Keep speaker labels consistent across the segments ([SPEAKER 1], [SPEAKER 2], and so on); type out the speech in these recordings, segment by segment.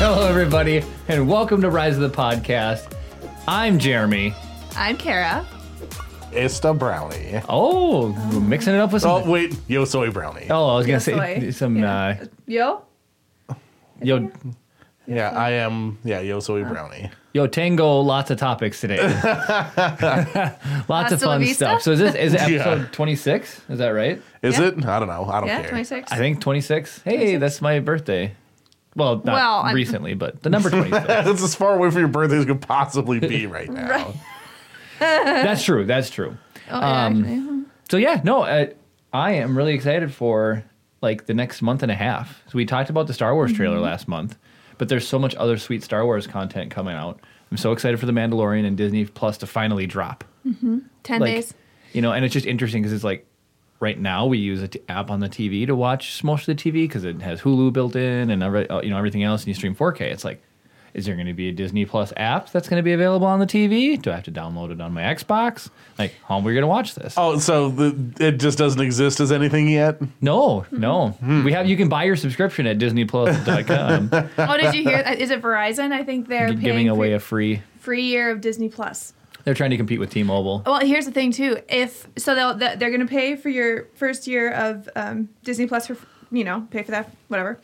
[SPEAKER 1] everybody, and welcome to Rise of the Podcast. I'm Jeremy.
[SPEAKER 2] I'm Kara.
[SPEAKER 3] It's the brownie.
[SPEAKER 1] Oh, mixing it up with
[SPEAKER 3] Oh
[SPEAKER 1] some.
[SPEAKER 3] wait, yo soy brownie.
[SPEAKER 1] Oh, I was gonna
[SPEAKER 2] Yo
[SPEAKER 1] say
[SPEAKER 2] soy.
[SPEAKER 1] some.
[SPEAKER 2] Yeah.
[SPEAKER 1] Uh,
[SPEAKER 2] Yo,
[SPEAKER 1] yo,
[SPEAKER 3] Yeah, I am. Yeah, yo soy brownie.
[SPEAKER 1] yo, Tango. Lots of topics today. lots
[SPEAKER 2] Hasta la
[SPEAKER 1] of fun
[SPEAKER 2] vista?
[SPEAKER 1] stuff. So is this is it
[SPEAKER 3] Yeah.
[SPEAKER 1] episode 26? Is that right?
[SPEAKER 3] Is
[SPEAKER 2] Yeah.
[SPEAKER 3] it? I don't know. I don't
[SPEAKER 2] yeah,
[SPEAKER 3] care.
[SPEAKER 2] 26.
[SPEAKER 1] I think 26. Hey, that's my birthday. Well, not
[SPEAKER 2] Well, I'm-
[SPEAKER 1] recently, but the number 26.
[SPEAKER 3] That's as far away from your birthday as it could possibly be right now.
[SPEAKER 2] Right.
[SPEAKER 1] that's true. That's true.
[SPEAKER 2] Oh, yeah,
[SPEAKER 1] um,
[SPEAKER 2] actually.
[SPEAKER 1] So yeah, no, I, I am really excited for like the next month and a half. So we talked about the Star Wars trailer last month, but there's so much other sweet Star Wars content coming out. I'm so excited for the Mandalorian and Disney Plus to finally drop.
[SPEAKER 2] 10
[SPEAKER 1] Like,
[SPEAKER 2] days.
[SPEAKER 1] you know, and it's just interesting because it's like right now we use an app on the TV to watch most of the TV because it has Hulu built in and every, uh, you know everything else, and you stream 4K. It's like, is there going to be a Disney Plus app that's going to be available on the TV? Do I have to download it on my Xbox? Like, how are we going to watch this?
[SPEAKER 3] Oh, so the, it just doesn't exist as anything yet.
[SPEAKER 1] No,
[SPEAKER 2] Mm-hmm.
[SPEAKER 1] no. We have you can buy your subscription at disneyplus.com g-
[SPEAKER 2] Oh, did you hear? Is it Verizon? I think they're paying
[SPEAKER 1] giving away
[SPEAKER 2] for
[SPEAKER 1] a free
[SPEAKER 2] free year of Disney Plus.
[SPEAKER 1] they're trying to compete with T-Mobile.
[SPEAKER 2] Well, here's the thing too. If so, they'll they're going to pay for your first year of um, Disney Plus for you know pay for that whatever.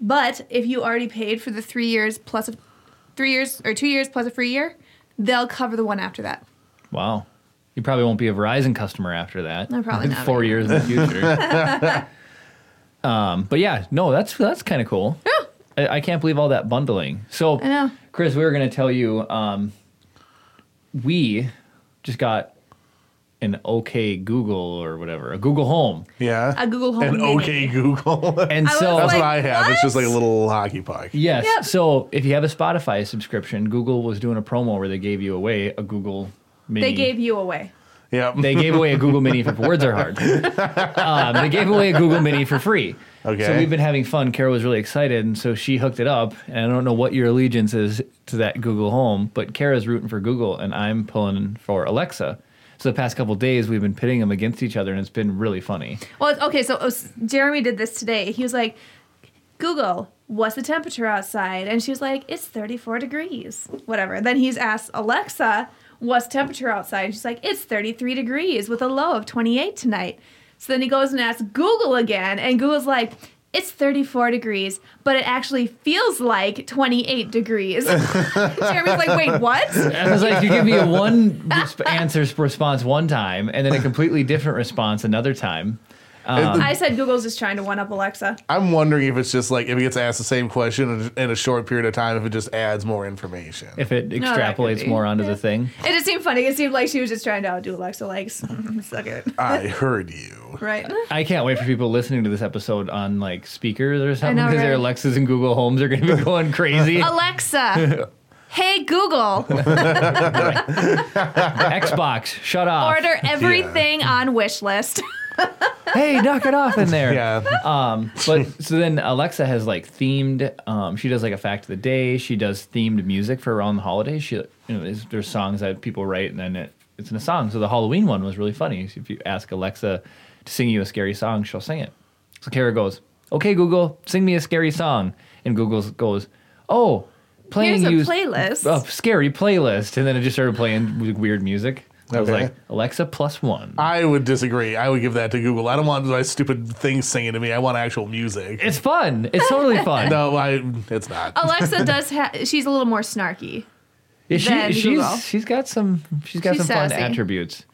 [SPEAKER 2] But if you already paid for the three years plus a three years or two years plus a free year, they'll cover the one after that.
[SPEAKER 1] Wow. You probably won't be a Verizon customer after that.
[SPEAKER 2] No, probably not.
[SPEAKER 1] Four years in the future. um, but yeah, no, that's that's kind of cool.
[SPEAKER 2] Yeah.
[SPEAKER 1] I, I can't believe all that bundling. So,
[SPEAKER 2] I know.
[SPEAKER 1] Chris, we were going to tell you um, we just got an OK Google or whatever, a Google Home,
[SPEAKER 3] Yeah.
[SPEAKER 2] A Google Home
[SPEAKER 3] And
[SPEAKER 2] Mini.
[SPEAKER 3] okay Google. That's
[SPEAKER 1] and
[SPEAKER 2] I
[SPEAKER 1] so
[SPEAKER 2] was
[SPEAKER 3] what
[SPEAKER 2] Like,
[SPEAKER 3] I have. It's just
[SPEAKER 2] what?
[SPEAKER 3] like a little hockey puck.
[SPEAKER 1] Yes.
[SPEAKER 2] Yep.
[SPEAKER 1] So if you have a Spotify subscription, Google was doing a promo where they gave you away a Google Mini.
[SPEAKER 2] They gave you away.
[SPEAKER 3] Yep.
[SPEAKER 1] They gave away a Google Mini for words are hard. Um, they gave away a Google Mini for free. So
[SPEAKER 3] Okay.
[SPEAKER 1] we've been having fun. Kara was really excited, and so she hooked it up. And I don't know what your allegiance is to that Google Home, but Kara's rooting for Google, and I'm pulling for Alexa. So the past couple days we've been pitting them against each other, and it's been really funny.
[SPEAKER 2] Well, it's- okay, so uh, s- Jeremy did this today. He was like, Google, what's the temperature outside? And she was like, it's 34 degrees, whatever. Then he's asked Alexa, what's temperature outside? And she's like, it's 33 degrees with a low of 28 tonight. So then he goes and asks Google again, and Google's like, it's 34 degrees, but it actually feels like 28 degrees. Jeremy's like, wait, what?
[SPEAKER 1] I was like, you give me a one resp- answer response one time, and then a completely different response another time.
[SPEAKER 2] I said Google's just trying to one up Alexa.
[SPEAKER 3] I'm wondering if it's just like if it gets asked the same question in- in a short period of time, if it just adds more information.
[SPEAKER 1] if it
[SPEAKER 2] that could
[SPEAKER 1] extrapolates
[SPEAKER 2] be.
[SPEAKER 1] more onto the thing.
[SPEAKER 2] It just seemed funny. It seemed like she was just trying to outdo Alexa. Like, suck it.
[SPEAKER 3] I heard you.
[SPEAKER 2] Right.
[SPEAKER 1] I can't wait for people listening to this episode on like speakers or something
[SPEAKER 2] know,
[SPEAKER 1] because their
[SPEAKER 2] right?
[SPEAKER 1] Alexas and Google Homes are going to be going crazy.
[SPEAKER 2] Alexa, hey Google,
[SPEAKER 1] Xbox, shut off.
[SPEAKER 2] order everything on wish list.
[SPEAKER 1] Hey, knock it off in there.
[SPEAKER 3] Yeah.
[SPEAKER 1] Um, but so then Alexa has like themed. Um, she does like a fact of the day. She does themed music for around the holidays. She, you know, there's, there's songs that people write and then it, it's in a song. So the Halloween one was really funny. If you ask Alexa to sing you a scary song, she'll sing it. So Kara goes, "Okay, Google, sing me a scary song," and Google goes, "Oh, playing
[SPEAKER 2] Here's a
[SPEAKER 1] you
[SPEAKER 2] playlist."
[SPEAKER 1] a scary playlist," and then it just started playing weird music. I was
[SPEAKER 3] Okay.
[SPEAKER 1] like, Alexa plus one.
[SPEAKER 3] I would disagree. I would give that to Google. I don't want my stupid things singing to me. I want actual music.
[SPEAKER 1] It's fun. It's totally fun.
[SPEAKER 3] no, I. It's not.
[SPEAKER 2] Alexa does. Ha- she's a little more snarky.
[SPEAKER 1] Yeah, she,
[SPEAKER 2] than
[SPEAKER 1] she's
[SPEAKER 2] Google.
[SPEAKER 1] she's got some she's got
[SPEAKER 2] She's
[SPEAKER 1] some fun
[SPEAKER 2] sassy.
[SPEAKER 1] attributes.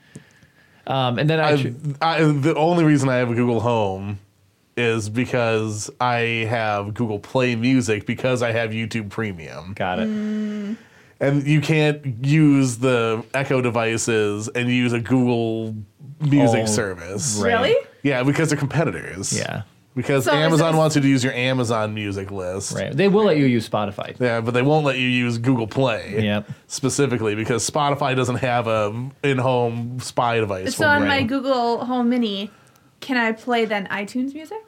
[SPEAKER 1] Um, and then I,
[SPEAKER 3] I, I, the only reason I have a Google Home is because I have Google Play Music because I have YouTube Premium,
[SPEAKER 1] got it.
[SPEAKER 2] Mm.
[SPEAKER 3] and you can't use the Echo devices and use a Google Music
[SPEAKER 1] Oh,
[SPEAKER 3] service.
[SPEAKER 1] Right.
[SPEAKER 2] Really?
[SPEAKER 3] Yeah, because they're competitors.
[SPEAKER 1] Yeah,
[SPEAKER 3] Because
[SPEAKER 2] So is
[SPEAKER 3] Amazon
[SPEAKER 2] this-
[SPEAKER 3] wants you to use your Amazon music list.
[SPEAKER 1] right. They will let you use Spotify.
[SPEAKER 3] Yeah, but they won't let you use Google Play.
[SPEAKER 1] Yep.
[SPEAKER 3] Specifically because Spotify doesn't have a in-home spy device.
[SPEAKER 2] So
[SPEAKER 3] for
[SPEAKER 2] on my
[SPEAKER 3] Ring.
[SPEAKER 2] Google Home Mini, can I play then iTunes music?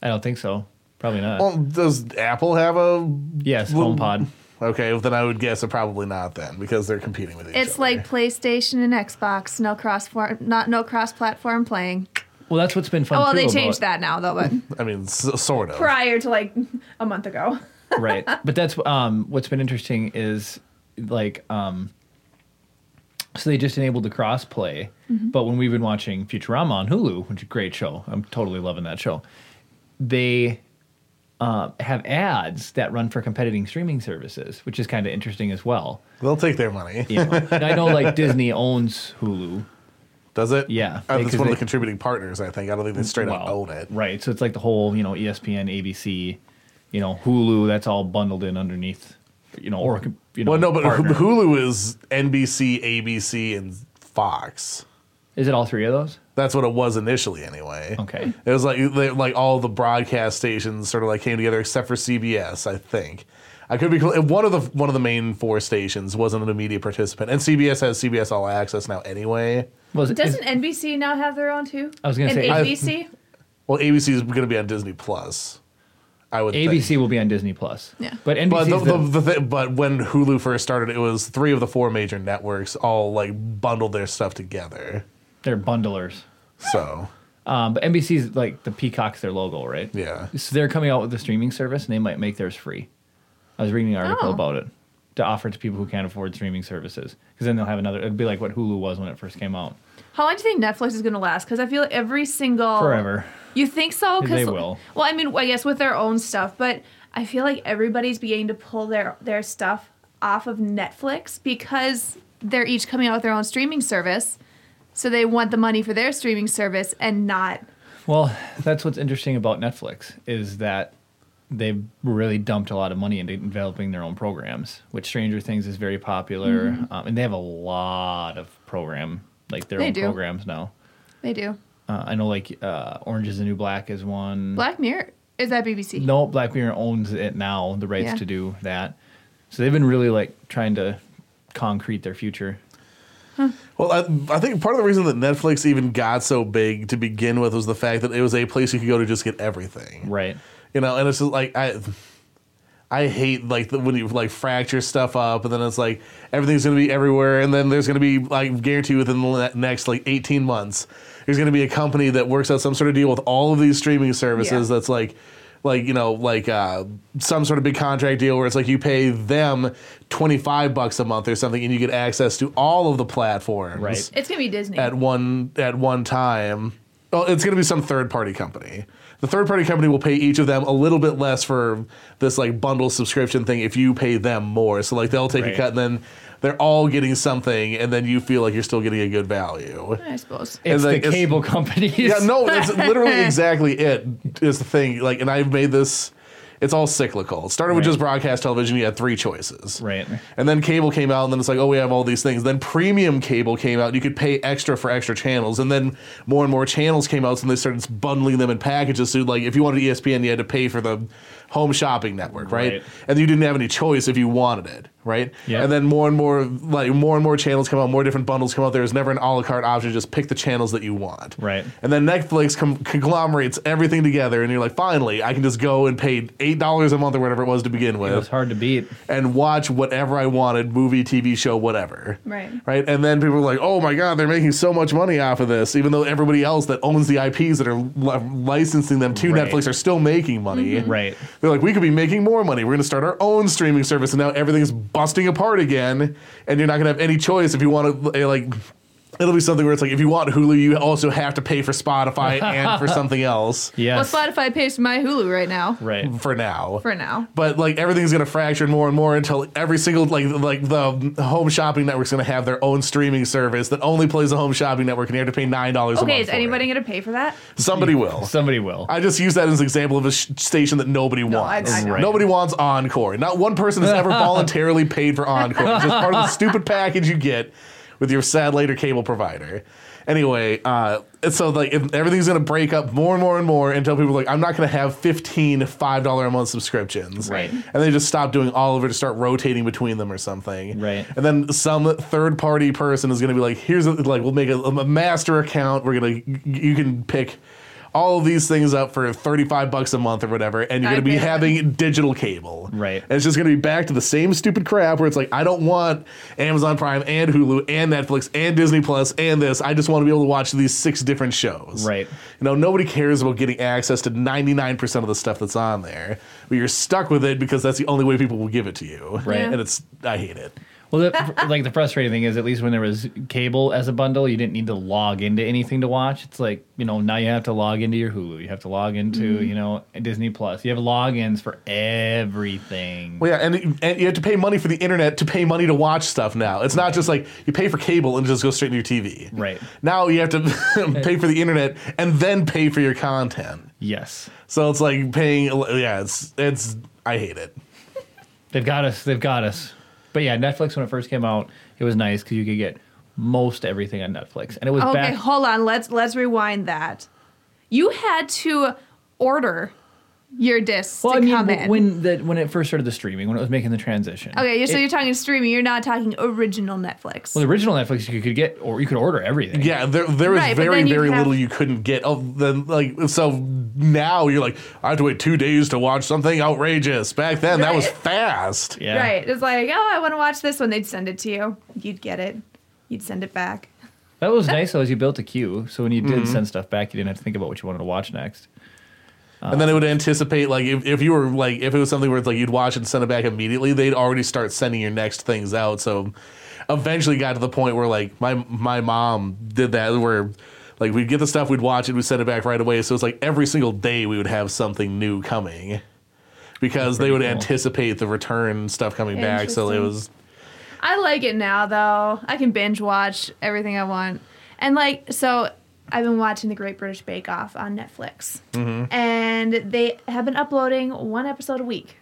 [SPEAKER 1] I don't think so. Probably not.
[SPEAKER 3] Well, does Apple have a?
[SPEAKER 1] yes,
[SPEAKER 3] well-
[SPEAKER 1] HomePod.
[SPEAKER 3] Okay, well, then I would guess it probably not then because they're competing with each
[SPEAKER 2] It's
[SPEAKER 3] other.
[SPEAKER 2] like PlayStation and Xbox. No cross form, not no cross platform playing.
[SPEAKER 1] Well, that's what's been fun.
[SPEAKER 2] Oh well,
[SPEAKER 1] too
[SPEAKER 2] they
[SPEAKER 1] about-
[SPEAKER 2] changed that now though. But
[SPEAKER 3] I mean, s- sort of.
[SPEAKER 2] prior to like a month ago,
[SPEAKER 1] right but that's um what's been interesting is like um so they just enabled the crossplay but when we've been watching futurama on hulu which is a great show i'm totally loving that show they uh, have ads that run for competing streaming services which is kind of interesting as well
[SPEAKER 3] They'll take their money.
[SPEAKER 1] you know and i know like disney owns hulu
[SPEAKER 3] Does it?
[SPEAKER 1] Yeah,
[SPEAKER 3] Uh,
[SPEAKER 1] because
[SPEAKER 3] that's one of
[SPEAKER 1] they-
[SPEAKER 3] the contributing partners, I think. I don't think they straight up
[SPEAKER 1] Well,
[SPEAKER 3] own it.
[SPEAKER 1] Right. So it's like the whole, you know, E ESPN, ABC, you know, Hulu, that's all bundled in underneath, you know, or, you know,
[SPEAKER 3] Well, no, but
[SPEAKER 1] partner.
[SPEAKER 3] Hulu is NBC, ABC, and Fox.
[SPEAKER 1] Is it all three of those? Hmm.
[SPEAKER 3] That's what it was initially, anyway.
[SPEAKER 1] Okay.
[SPEAKER 3] It was like they, like all the broadcast stations sort of like came together, except for CBS, I think. I could be one of the one of the main four stations wasn't an immediate participant, and CBS has CBS All Access now anyway.
[SPEAKER 1] Was it,
[SPEAKER 2] Doesn't NBC now have their own too?
[SPEAKER 1] I was gonna
[SPEAKER 2] and
[SPEAKER 1] say- I-
[SPEAKER 2] ABC.
[SPEAKER 3] Well, ABC is going to be on Disney Plus. I would think.
[SPEAKER 1] ABC will be on Disney Plus.
[SPEAKER 2] Yeah.
[SPEAKER 1] But NBC.
[SPEAKER 3] But the,
[SPEAKER 1] the,
[SPEAKER 3] the, the thi- but when Hulu first started, it was three of the four major networks all like bundled their stuff together.
[SPEAKER 1] they're bundlers.
[SPEAKER 3] So
[SPEAKER 1] Um, but NBC's like the peacock's their logo, right?
[SPEAKER 3] yeah,
[SPEAKER 1] So they're coming out with a streaming service and they might make theirs free. I was reading an article
[SPEAKER 2] Oh.
[SPEAKER 1] about it to offer to people who can't afford streaming services because then they'll have another. It'd be like what Hulu was when it first came out.
[SPEAKER 2] How long do you think Netflix is going to last? Because I feel like every single
[SPEAKER 1] Forever.
[SPEAKER 2] You think so?
[SPEAKER 1] They will.
[SPEAKER 2] Well, I mean, I guess with their own stuff, but I feel like everybody's beginning to pull their their stuff off of Netflix because they're each coming out with their own streaming service, so they want the money for their streaming service and not.
[SPEAKER 1] Well, that's what's interesting about Netflix is that they've really dumped a lot of money into developing their own programs, which Stranger Things is very popular, um, and they have a lot of program like their
[SPEAKER 2] Mm-hmm. They
[SPEAKER 1] own
[SPEAKER 2] do.
[SPEAKER 1] programs now.
[SPEAKER 2] They do.
[SPEAKER 1] Uh, I know like uh, Orange Is the New Black is one.
[SPEAKER 2] Black Mirror is that BBC?
[SPEAKER 1] no, Black Mirror owns it now, the rights
[SPEAKER 2] Yeah.
[SPEAKER 1] to do that. So they've been really like trying to concrete their future.
[SPEAKER 3] Well, I, I think part of the reason that Netflix even got so big to begin with was the fact that it was a place you could go to just get everything.
[SPEAKER 1] Right.
[SPEAKER 3] You know, and it's just like I, I hate like the, when you like fracture stuff up, and then it's like everything's gonna be everywhere, and then there's gonna be like guarantee within the le- next like eighteen months, there's gonna be a company that works out some sort of deal with all of these streaming services
[SPEAKER 2] Yeah.
[SPEAKER 3] that's like. Like you know, like uh, some sort of big contract deal where it's like you pay them twenty five bucks a month or something, and you get access to all of the platforms
[SPEAKER 1] Right.
[SPEAKER 2] It's gonna be Disney.
[SPEAKER 3] at one at one time. Well, it's going to be some third party company. The third party company will pay each of them a little bit less for this like bundle subscription thing if you pay them more. So like they'll take
[SPEAKER 1] Right.
[SPEAKER 3] a cut and then they're all getting something and then you feel like you're still getting a good value.
[SPEAKER 2] I suppose.
[SPEAKER 1] It's
[SPEAKER 3] like,
[SPEAKER 1] the
[SPEAKER 3] it's-
[SPEAKER 1] cable companies.
[SPEAKER 3] Yeah, no, that's literally exactly it is the thing. Like and I've made this it's all cyclical. It started with
[SPEAKER 1] Right.
[SPEAKER 3] just broadcast television, you had three choices.
[SPEAKER 1] Right.
[SPEAKER 3] And then cable came out, and then it's like, oh, we have all these things. Then premium cable came out, and you could pay extra for extra channels. And then more and more channels came out, so they started bundling them in packages. So, like, if you wanted E ESPN, you had to pay for the home shopping network, right?
[SPEAKER 1] Right.
[SPEAKER 3] And you didn't have any choice if you wanted it, right?
[SPEAKER 1] Yeah.
[SPEAKER 3] And then more and more, like, more and more channels come out, more different bundles come out. There's never an a la carte option. Just pick the channels that you want.
[SPEAKER 1] Right.
[SPEAKER 3] And then Netflix com- conglomerates everything together, and you're like, finally, I can just go and pay $8 a month or whatever it was to begin with
[SPEAKER 1] It was hard to beat.
[SPEAKER 2] Mm-hmm.
[SPEAKER 3] and watch whatever I wanted movie, TV show, whatever.
[SPEAKER 2] Right.
[SPEAKER 3] Right. And then people are like, oh my God, they're making so much money off of this, even though everybody else that owns the IPs that are li- licensing them to
[SPEAKER 1] Right.
[SPEAKER 3] Netflix are still making money.
[SPEAKER 1] Right.
[SPEAKER 3] They're like, we could be making more money. We're going to start our own streaming service. And now everything's busting apart again. And you're not going to have any choice if you want to, like, it'll be something where it's like, if you want Hulu, you also have to pay for Spotify and for something else
[SPEAKER 1] Yes.
[SPEAKER 2] Well, Spotify pays for my Hulu right now.
[SPEAKER 1] right.
[SPEAKER 3] for now
[SPEAKER 2] For now.
[SPEAKER 3] but like everything's gonna fracture more and more until every single like like the home shopping network's gonna have their own streaming service that only plays the home shopping network and you have to pay nine dollars. a
[SPEAKER 2] Okay,
[SPEAKER 3] month
[SPEAKER 2] is
[SPEAKER 3] for
[SPEAKER 2] anybody
[SPEAKER 3] it.
[SPEAKER 2] gonna pay for that?
[SPEAKER 3] Somebody will.
[SPEAKER 1] Somebody will.
[SPEAKER 3] I just use that as an example of a sh- station that nobody
[SPEAKER 2] I-
[SPEAKER 3] wants.
[SPEAKER 2] I
[SPEAKER 1] know. Right.
[SPEAKER 3] Nobody wants Encore. Not one person has ever voluntarily paid for Encore. It's just part of the stupid package you get with your satellite or cable provider. Anyway, uh, and so like if everything's gonna break up more and more and more until people are like, I'm not gonna have 15 five dollar a month subscriptions,
[SPEAKER 1] Right.
[SPEAKER 3] And they just stop doing all of it to start rotating between them or something,
[SPEAKER 1] Right.
[SPEAKER 3] And then some third party person is gonna be like, here's a, like we'll make a, a master account. We're gonna you can pick all of these things up for 35 bucks a month or whatever, and you're
[SPEAKER 2] I
[SPEAKER 3] going to be
[SPEAKER 2] pay that.
[SPEAKER 3] having digital cable.
[SPEAKER 1] Right.
[SPEAKER 3] And it's just going to be back to the same stupid crap where it's like, I don't want Amazon Prime and Hulu and Netflix and Disney Plus and this. I just want to be able to watch these six different shows.
[SPEAKER 1] Right.
[SPEAKER 3] You know, nobody cares about getting access to 99% of the stuff that's on there, but you're stuck with it because that's the only way people will give it to you.
[SPEAKER 1] Right.
[SPEAKER 2] Yeah.
[SPEAKER 3] And it's, I hate it.
[SPEAKER 1] Well, the, like the frustrating thing is, at least when there was cable as a bundle, you didn't need to log into anything to watch. It's like you know now you have to log into your Hulu, you have to log
[SPEAKER 2] Mm-hmm.
[SPEAKER 1] into you know Disney Plus. You have logins for everything.
[SPEAKER 3] Well, yeah, and, and you have to pay money for the internet to pay money to watch stuff now. It's not just like you pay for cable and it just goes straight to your TV.
[SPEAKER 1] Right.
[SPEAKER 3] Now you have to pay for the internet and then pay for your content.
[SPEAKER 1] Yes,
[SPEAKER 3] So it's like paying. Yeah, it's it's. I hate it.
[SPEAKER 1] they've got us. They've got us. But yeah, Netflix when it first came out, it was nice because you could get most everything on Netflix, and it was
[SPEAKER 2] Okay,
[SPEAKER 1] back.
[SPEAKER 2] hold on. Let's let's rewind that. You had to order your discs
[SPEAKER 1] well,
[SPEAKER 2] to
[SPEAKER 1] I mean,
[SPEAKER 2] come
[SPEAKER 1] w-
[SPEAKER 2] in.
[SPEAKER 1] when the when it first started the streaming, when it was making the transition.
[SPEAKER 2] okay, you're- so
[SPEAKER 1] it-
[SPEAKER 2] you're talking streaming. You're not talking original Netflix.
[SPEAKER 1] well, the original Netflix you could get or you could order everything.
[SPEAKER 3] Yeah, there there was
[SPEAKER 2] Right, but
[SPEAKER 3] very
[SPEAKER 2] then you
[SPEAKER 3] very
[SPEAKER 2] have-
[SPEAKER 3] little you couldn't get. Oh, then like so now you're like I have to wait two days to watch something outrageous. Back then that was
[SPEAKER 2] Right.
[SPEAKER 3] fast.
[SPEAKER 1] Yeah.
[SPEAKER 2] Right. It's like, oh, I want to watch this one. They'd send it to you. You'd get it. You'd send it back.
[SPEAKER 1] That was nice though, is you built a queue, so when you did send stuff back, you didn't have to think about what you wanted to watch next.
[SPEAKER 3] And then it would anticipate like if, if you were like if it was something where it's like you'd watch it and send it back immediately, they'd already start sending your next things out. So eventually got to the point where like my my mom did that where like we'd get the stuff, we'd watch it, we'd send it back right away. So it's like every single day we would have something new coming. Because they would
[SPEAKER 1] Pretty cool.
[SPEAKER 3] anticipate the return stuff coming back. So it
[SPEAKER 2] Interesting.
[SPEAKER 3] was
[SPEAKER 2] I like it now, though. I can binge watch everything I want. And, like, so I've been watching The Great British Bake Off on Netflix. And they have been uploading one episode a week.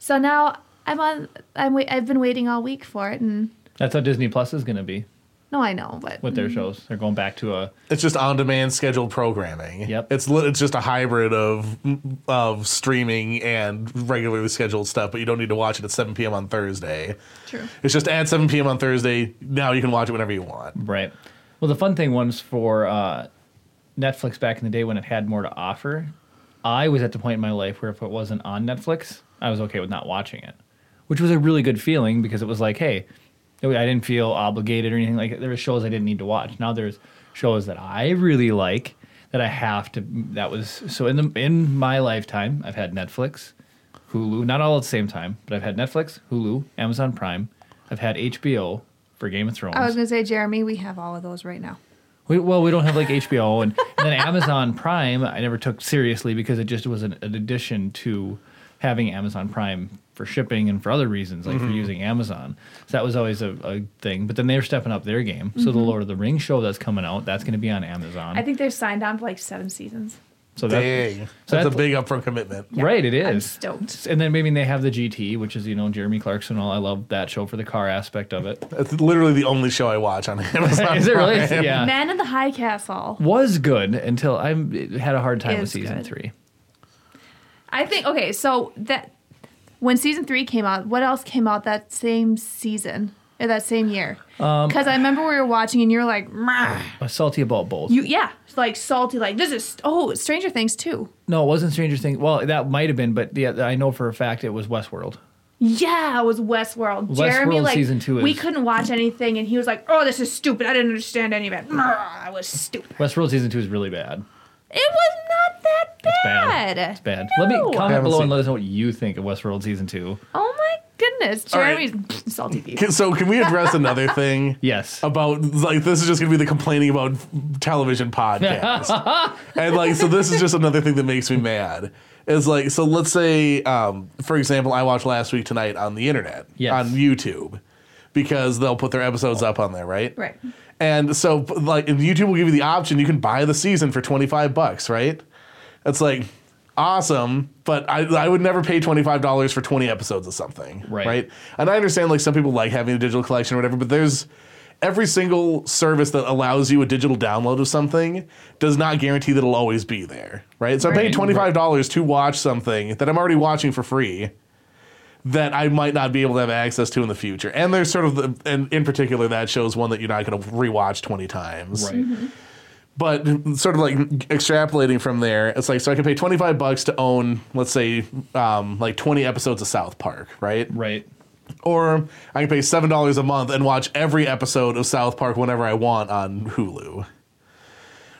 [SPEAKER 2] So now I'm on, I'm, wait, I've been waiting all week for it. And
[SPEAKER 1] That's how Disney Plus is gonna be
[SPEAKER 2] no, I know, but.
[SPEAKER 1] with their shows. They're going back to a
[SPEAKER 3] It's just on-demand scheduled programming.
[SPEAKER 1] Yep.
[SPEAKER 3] It's li- it's just a hybrid of of streaming and regularly scheduled stuff, but you don't need to watch it at 7 p.m. on Thursday.
[SPEAKER 2] True.
[SPEAKER 3] It's just at 7 p.m. on Thursday. Now you can watch it whenever you want.
[SPEAKER 1] right. Well the fun thing was for uh, Netflix back in the day when it had more to offer, I was at the point in my life where if it wasn't on Netflix, I was okay with not watching it. Which was a really good feeling because it was like, hey, I didn't feel obligated or anything like there were shows I didn't need to watch. Now there's shows that I really like that I have to that was so in the in my lifetime I've had Netflix, Hulu, not all at the same time, but I've had Netflix, Hulu, Amazon Prime, I've had HBO for Game of Thrones.
[SPEAKER 2] I was going to say, Jeremy, we have all of those right now.
[SPEAKER 1] We, well, we don't have like HBO and, and then Amazon Prime. I never took seriously because it just was an, an addition to having Amazon Prime for shipping and for other reasons, like
[SPEAKER 2] Mm-hmm.
[SPEAKER 1] for using Amazon. So that was always a, a thing. But then they're stepping up their game. So
[SPEAKER 2] Mm-hmm.
[SPEAKER 1] the Lord of the Rings show that's coming out, that's going to be on Amazon.
[SPEAKER 2] I think they've signed on for like seven seasons.
[SPEAKER 1] so that,
[SPEAKER 3] Dang.
[SPEAKER 1] so
[SPEAKER 3] that's a
[SPEAKER 1] that-
[SPEAKER 3] big upfront commitment.
[SPEAKER 1] right, it
[SPEAKER 2] I'm
[SPEAKER 1] is.
[SPEAKER 2] stoked.
[SPEAKER 1] And then maybe they have the GT, which is you know Jeremy Clarkson. All I love that show for the car aspect of it.
[SPEAKER 3] That's literally the only show I watch on Amazon.
[SPEAKER 1] Is it really?
[SPEAKER 3] Prime.
[SPEAKER 1] Yeah,
[SPEAKER 2] Man in the High Castle.
[SPEAKER 1] was good until I had a hard time with
[SPEAKER 2] Is
[SPEAKER 1] season
[SPEAKER 2] good.
[SPEAKER 1] three.
[SPEAKER 2] I think okay, so that when season three came out, what else came out that same season or that same year?
[SPEAKER 1] Um,
[SPEAKER 2] Because I remember we were watching and you were like, "Meh."
[SPEAKER 1] I was salty about both.
[SPEAKER 2] you yeah, it's like salty, like this is oh Stranger Things too.
[SPEAKER 1] No, it wasn't Stranger Things. Well, that might have been, but yeah, I know for a fact it was Westworld.
[SPEAKER 2] Yeah, it was Westworld. Jeremy
[SPEAKER 1] Westworld
[SPEAKER 2] like
[SPEAKER 1] season two
[SPEAKER 2] we
[SPEAKER 1] is-
[SPEAKER 2] couldn't watch anything, and he was like, "Oh, this is stupid. I didn't understand any of it. Meh, I was stupid.
[SPEAKER 1] Westworld season two is really bad.
[SPEAKER 2] It was not that
[SPEAKER 1] It's
[SPEAKER 2] bad.
[SPEAKER 1] bad. It's bad. Let me
[SPEAKER 2] No.
[SPEAKER 1] comment
[SPEAKER 3] Haven't
[SPEAKER 1] below
[SPEAKER 3] seen
[SPEAKER 1] and let us know what you think of Westworld season two.
[SPEAKER 2] Oh my goodness,
[SPEAKER 3] All right.
[SPEAKER 2] Jeremy's salty. beef.
[SPEAKER 3] Can- So can we address another thing?
[SPEAKER 1] Yes.
[SPEAKER 3] About like this is just gonna be the complaining about television podcast, and like so this is just another thing that makes me mad. Is like so let's say um, for example I watched last week tonight on the internet
[SPEAKER 1] Yes.
[SPEAKER 3] on YouTube because they'll put their episodes up on there, right?
[SPEAKER 2] Right.
[SPEAKER 3] And so p- like and YouTube will give you the option you can buy the season for twenty five bucks, right? That's like awesome, but I I would never pay twenty five dollars for twenty episodes of something,
[SPEAKER 1] Right.
[SPEAKER 3] right? And I understand like some people like having a digital collection or whatever, but there's every single service that allows you a digital download of something does not guarantee that it'll always be there, right? So I paid
[SPEAKER 1] Right.
[SPEAKER 3] twenty five dollars to watch something that I'm already watching for free that I might not be able to have access to in the future. And there's sort of the, and in particular that shows one that you're not going to rewatch twenty times,
[SPEAKER 1] Right.
[SPEAKER 3] But sort of like extrapolating from there, it's like so I can pay twenty five bucks to own, let's say, um, like twenty episodes of South Park, right?
[SPEAKER 1] Right.
[SPEAKER 3] Or I can pay seven dollars a month and watch every episode of South Park whenever I want on Hulu.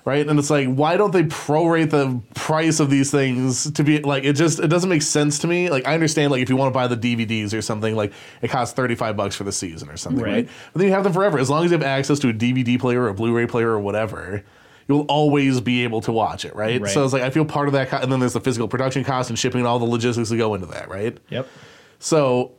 [SPEAKER 3] Right? And it's like, why don't they prorate the price of these things to be like it just it doesn't make sense to me. Like I understand like if you want to buy the DVDs or something, like it costs thirty five bucks for the season or something, right.
[SPEAKER 1] Right.
[SPEAKER 3] But then you have them forever. As long as you have access to a DVD player or a Blu-ray player or whatever, you'll always be able to watch it, right?
[SPEAKER 1] Right.
[SPEAKER 3] So it's like I feel part of that co- and then there's the physical production cost and shipping and all the logistics that go into that, right?
[SPEAKER 1] Yep.
[SPEAKER 3] So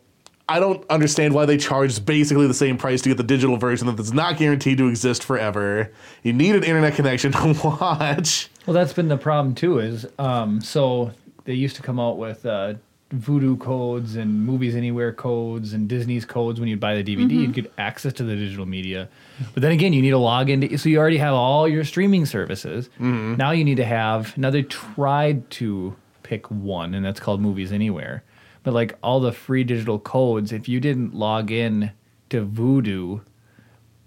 [SPEAKER 3] I don't understand why they charge basically the same price to get the digital version that's not guaranteed to exist forever. You need an internet connection to watch.
[SPEAKER 1] Well, that's been the problem too. Is um, so they used to come out with uh, voodoo codes and movies anywhere codes and Disney's codes when you'd buy the DVD, you'd get access to the digital media. But then again, you need to log into. So you already have all your streaming services. Now you need to have. Now they tried to pick one, and that's called Movies Anywhere. But like all the free digital codes, if you didn't log in to Voodoo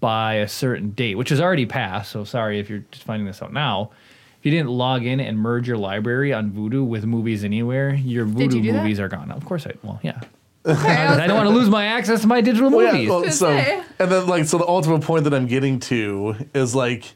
[SPEAKER 1] by a certain date, which has already passed. So sorry if you're just finding this out now. If you didn't log in and merge your library on Voodoo with Movies Anywhere, your
[SPEAKER 2] Did
[SPEAKER 1] Voodoo
[SPEAKER 2] you do that? Oh.
[SPEAKER 1] movies are gone. Of course I well, yeah.
[SPEAKER 2] Okay, I was-
[SPEAKER 1] I don't want to lose my access to my digital
[SPEAKER 3] Well, Oh, yeah,
[SPEAKER 1] movies.
[SPEAKER 3] well,
[SPEAKER 2] Just
[SPEAKER 3] so
[SPEAKER 2] say.
[SPEAKER 3] and then like so the ultimate point that I'm getting to is like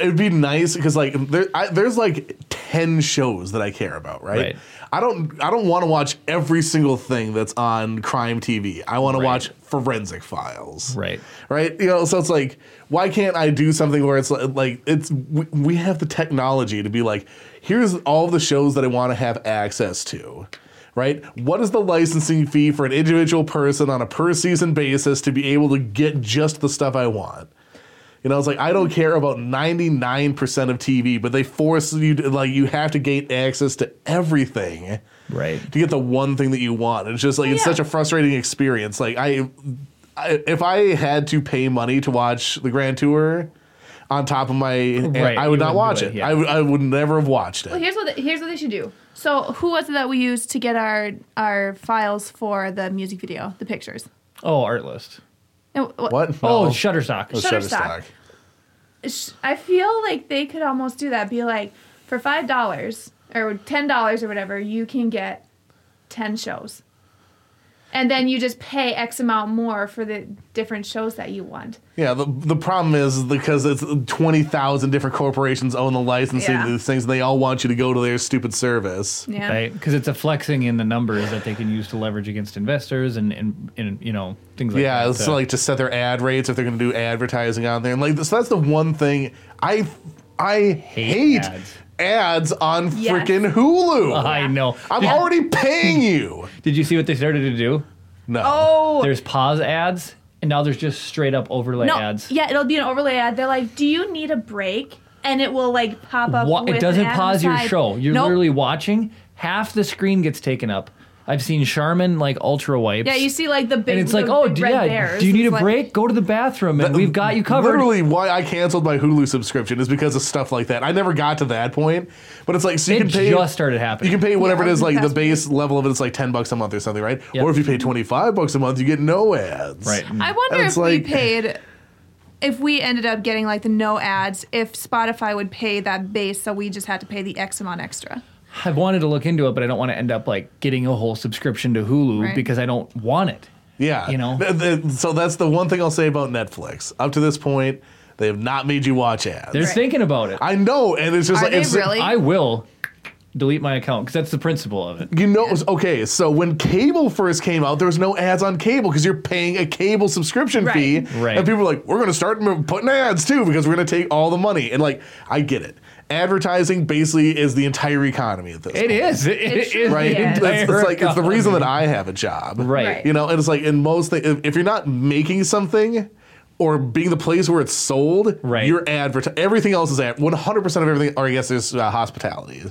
[SPEAKER 3] it would be nice because like there, I, there's like 10 shows that i care about right,
[SPEAKER 1] Right.
[SPEAKER 3] i don't i don't want to watch every single thing that's on crime tv i want to
[SPEAKER 1] Right.
[SPEAKER 3] watch forensic files
[SPEAKER 1] Right.
[SPEAKER 3] right you know so it's like why can't i do something where it's li- like it's we, we have the technology to be like here's all the shows that i want to have access to right what is the licensing fee for an individual person on a per season basis to be able to get just the stuff i want you know, it's like I don't care about 99% of TV, but they force you to, like you have to gain access to everything
[SPEAKER 1] Right.
[SPEAKER 3] to get the one thing that you want. It's just like it's
[SPEAKER 2] Yeah.
[SPEAKER 3] such a frustrating experience. Like I, I, if I had to pay money to watch the Grand Tour on top of my, eh,
[SPEAKER 1] Right,
[SPEAKER 3] I would
[SPEAKER 1] you wouldn't
[SPEAKER 3] not watch
[SPEAKER 1] do
[SPEAKER 3] it.
[SPEAKER 1] it, yeah.
[SPEAKER 3] I, would- I would never have watched it.
[SPEAKER 2] Well, here's what they, here's what they should do. So, who was it that we used to get our our files for the music video, the pictures?
[SPEAKER 1] Oh, art list.
[SPEAKER 2] And wh-
[SPEAKER 3] what?
[SPEAKER 1] Oh,
[SPEAKER 3] No.
[SPEAKER 1] Shutterstock.
[SPEAKER 3] Oh,
[SPEAKER 2] Shutterstock. sh- I feel like they could almost do that. Be like, for five dollars or ten dollars or whatever, you can get ten shows, and then you just pay X amount more for the different shows that you want.
[SPEAKER 3] Yeah, the, the problem is because it's 20,000 different corporations own the licensing
[SPEAKER 2] Yeah.
[SPEAKER 3] to these things and they all want you to go to their stupid service.
[SPEAKER 2] Yeah.
[SPEAKER 1] Right. Because it's a flexing in the numbers that they can use to leverage against investors and, and, and you know, things like that.
[SPEAKER 3] Yeah, it's
[SPEAKER 1] to-
[SPEAKER 3] like to set their ad rates if they're going to do advertising on there, and like so that's the one thing I I hate, ads.
[SPEAKER 1] ads.
[SPEAKER 3] on
[SPEAKER 2] Yes.
[SPEAKER 3] freaking Hulu.
[SPEAKER 1] I know.
[SPEAKER 3] I'm already paying you.
[SPEAKER 1] Did you see what they started to do?
[SPEAKER 3] No,
[SPEAKER 2] Oh.
[SPEAKER 1] There's pause ads, and now there's just straight up overlay
[SPEAKER 2] no.
[SPEAKER 1] ads.
[SPEAKER 2] Yeah, it'll be an overlay ad. They're like, "Do you need a break?" And it will like pop up.
[SPEAKER 1] Wa-
[SPEAKER 2] with
[SPEAKER 1] it
[SPEAKER 2] an
[SPEAKER 1] doesn't
[SPEAKER 2] ad
[SPEAKER 1] pause your
[SPEAKER 2] inside.
[SPEAKER 1] show. You're
[SPEAKER 2] Nope.
[SPEAKER 1] literally watching. Half the screen gets taken up. I've seen Charmin like ultra wipes.
[SPEAKER 2] Yeah, you see like the big.
[SPEAKER 1] and it's
[SPEAKER 2] the
[SPEAKER 1] like, oh,
[SPEAKER 2] big
[SPEAKER 1] d-
[SPEAKER 2] red
[SPEAKER 1] yeah.
[SPEAKER 2] bears.
[SPEAKER 1] Do you need
[SPEAKER 2] It's
[SPEAKER 1] a
[SPEAKER 2] like-
[SPEAKER 1] break? Go to the bathroom, and we've got you covered.
[SPEAKER 3] Literally, why I canceled my Hulu subscription is because of stuff like that. I never got to that point, but it's like so you
[SPEAKER 1] it
[SPEAKER 3] can pay.
[SPEAKER 1] just started happening.
[SPEAKER 3] you can pay whatever
[SPEAKER 2] Yeah,
[SPEAKER 3] it is, like the
[SPEAKER 2] that's-
[SPEAKER 3] base level of it is like ten bucks a month or something, right?
[SPEAKER 1] Yep.
[SPEAKER 3] Or if you pay twenty five bucks a month, you get no ads.
[SPEAKER 1] Right. Mm.
[SPEAKER 2] I wonder
[SPEAKER 3] It's
[SPEAKER 2] if
[SPEAKER 3] like-
[SPEAKER 2] we paid, if we ended up getting like the no ads, if Spotify would pay that base, so we just had to pay the X amount extra.
[SPEAKER 1] I've wanted to look into it, but I don't want to end up like getting a whole subscription to Hulu
[SPEAKER 2] Right.
[SPEAKER 1] because I don't want it.
[SPEAKER 3] Yeah.
[SPEAKER 1] You know?
[SPEAKER 3] Th- th- So that's the one thing I'll say about Netflix. Up to this point, they have not made you watch ads.
[SPEAKER 1] They're
[SPEAKER 2] Right.
[SPEAKER 1] thinking about it. I,
[SPEAKER 3] I know, and it's just
[SPEAKER 2] Are
[SPEAKER 3] like
[SPEAKER 2] they
[SPEAKER 3] it's,
[SPEAKER 2] really?
[SPEAKER 1] will delete my account because that's the principle of it.
[SPEAKER 3] You know, okay. So when cable first came out, there was no ads on cable because you're paying a cable subscription
[SPEAKER 2] Right.
[SPEAKER 3] fee,
[SPEAKER 1] Right.
[SPEAKER 3] and people were like, "We're going to start m- putting ads too because we're going to take all the money." And like, I get it. Advertising basically is the entire economy at this.
[SPEAKER 1] It
[SPEAKER 3] point.
[SPEAKER 1] is. It,
[SPEAKER 2] It
[SPEAKER 1] it
[SPEAKER 2] should
[SPEAKER 1] is.
[SPEAKER 2] be
[SPEAKER 3] right?
[SPEAKER 2] Yeah.
[SPEAKER 3] It's, it's like it's the reason that I have a job,
[SPEAKER 1] Right.
[SPEAKER 2] Right.
[SPEAKER 3] You know, and it's like in most things, if, if you're not making something or being the place where it's sold,
[SPEAKER 1] Right.
[SPEAKER 3] You're advertising. Everything else is ad. 100 percent of everything. Or I guess there's uh, hospitality.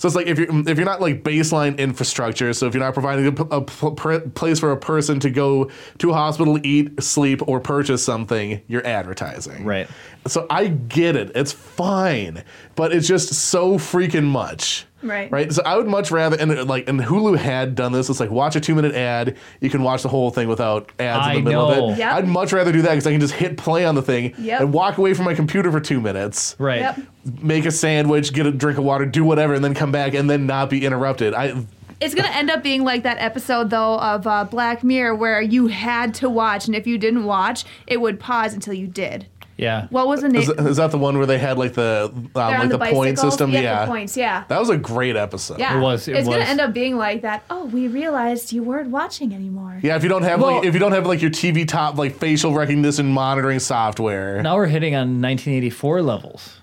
[SPEAKER 3] So it's like if you're if you're not like baseline infrastructure, so if you're not providing a, p- a p- pr- place for a person to go to a hospital, eat, sleep, or purchase something, you're advertising.
[SPEAKER 1] Right.
[SPEAKER 3] So I get it. It's fine, but it's just so freaking much.
[SPEAKER 2] Right.
[SPEAKER 3] Right. So I would much rather and uh, like and Hulu had done this. It's like watch a two minute ad. You can watch the whole thing without ads
[SPEAKER 1] I
[SPEAKER 3] in the middle
[SPEAKER 1] know.
[SPEAKER 3] of it.
[SPEAKER 2] Yep.
[SPEAKER 3] I'd much rather do that because I can just hit play on the thing
[SPEAKER 2] Yep.
[SPEAKER 3] and walk away from my computer for two minutes.
[SPEAKER 1] Right.
[SPEAKER 2] Yep.
[SPEAKER 3] Make a sandwich, get a drink of water, do whatever, and then come back and then not be interrupted. I
[SPEAKER 2] It's gonna end up being like that episode though of uh, Black Mirror where you had to watch, and if you didn't watch, it would pause until you did.
[SPEAKER 1] Yeah.
[SPEAKER 2] What was the name?
[SPEAKER 3] is, is that the one where they had like the um,
[SPEAKER 2] They're on
[SPEAKER 3] like the, point
[SPEAKER 2] bicycles?
[SPEAKER 3] system?
[SPEAKER 2] Yeah, the points. Yeah.
[SPEAKER 3] That was a great episode.
[SPEAKER 2] yeah.
[SPEAKER 1] It was- it
[SPEAKER 2] it's gonna
[SPEAKER 1] was.
[SPEAKER 2] end up being like that. Oh, we realized you weren't watching anymore.
[SPEAKER 3] Yeah, if you don't have
[SPEAKER 1] Well-
[SPEAKER 3] like if you don't have like your TV top like facial recognition monitoring software.
[SPEAKER 1] now we're hitting on 1984 levels.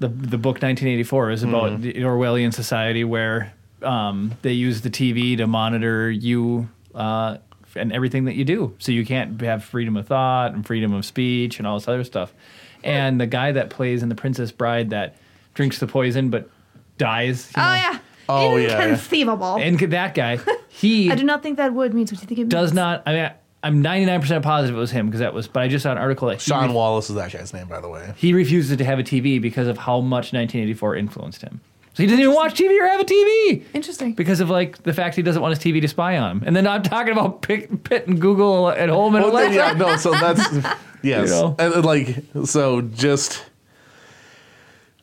[SPEAKER 1] The the book 1984 is about the Orwellian society where um, they use the TV to monitor you uh, and everything that you do, so you can't have freedom of thought and freedom of speech and all this other stuff. And the guy that plays in The Princess Bride that drinks the poison but dies. you
[SPEAKER 2] Oh
[SPEAKER 1] know,
[SPEAKER 2] yeah.
[SPEAKER 3] Oh, yeah, yeah.
[SPEAKER 2] Inconceivable.
[SPEAKER 1] And that guy, he
[SPEAKER 2] I do not think that would means what you think it means.
[SPEAKER 1] does not. I mean, I, I'm 99% positive it was him because that was. But I just saw an article that he
[SPEAKER 3] Sean Wallace is that guy's name, by the way.
[SPEAKER 1] he refuses to have a TV because of how much 1984 influenced him. So he doesn't even watch TV or have a TV
[SPEAKER 2] Interesting.
[SPEAKER 1] because of like the fact he doesn't want his TV to spy on him. And then I'm talking about Pitt, Pitt and Google at home and
[SPEAKER 3] Well, uh, then,
[SPEAKER 1] Alexa.
[SPEAKER 3] yeah, no, so that's yes,
[SPEAKER 1] You know?
[SPEAKER 3] and, and, like so just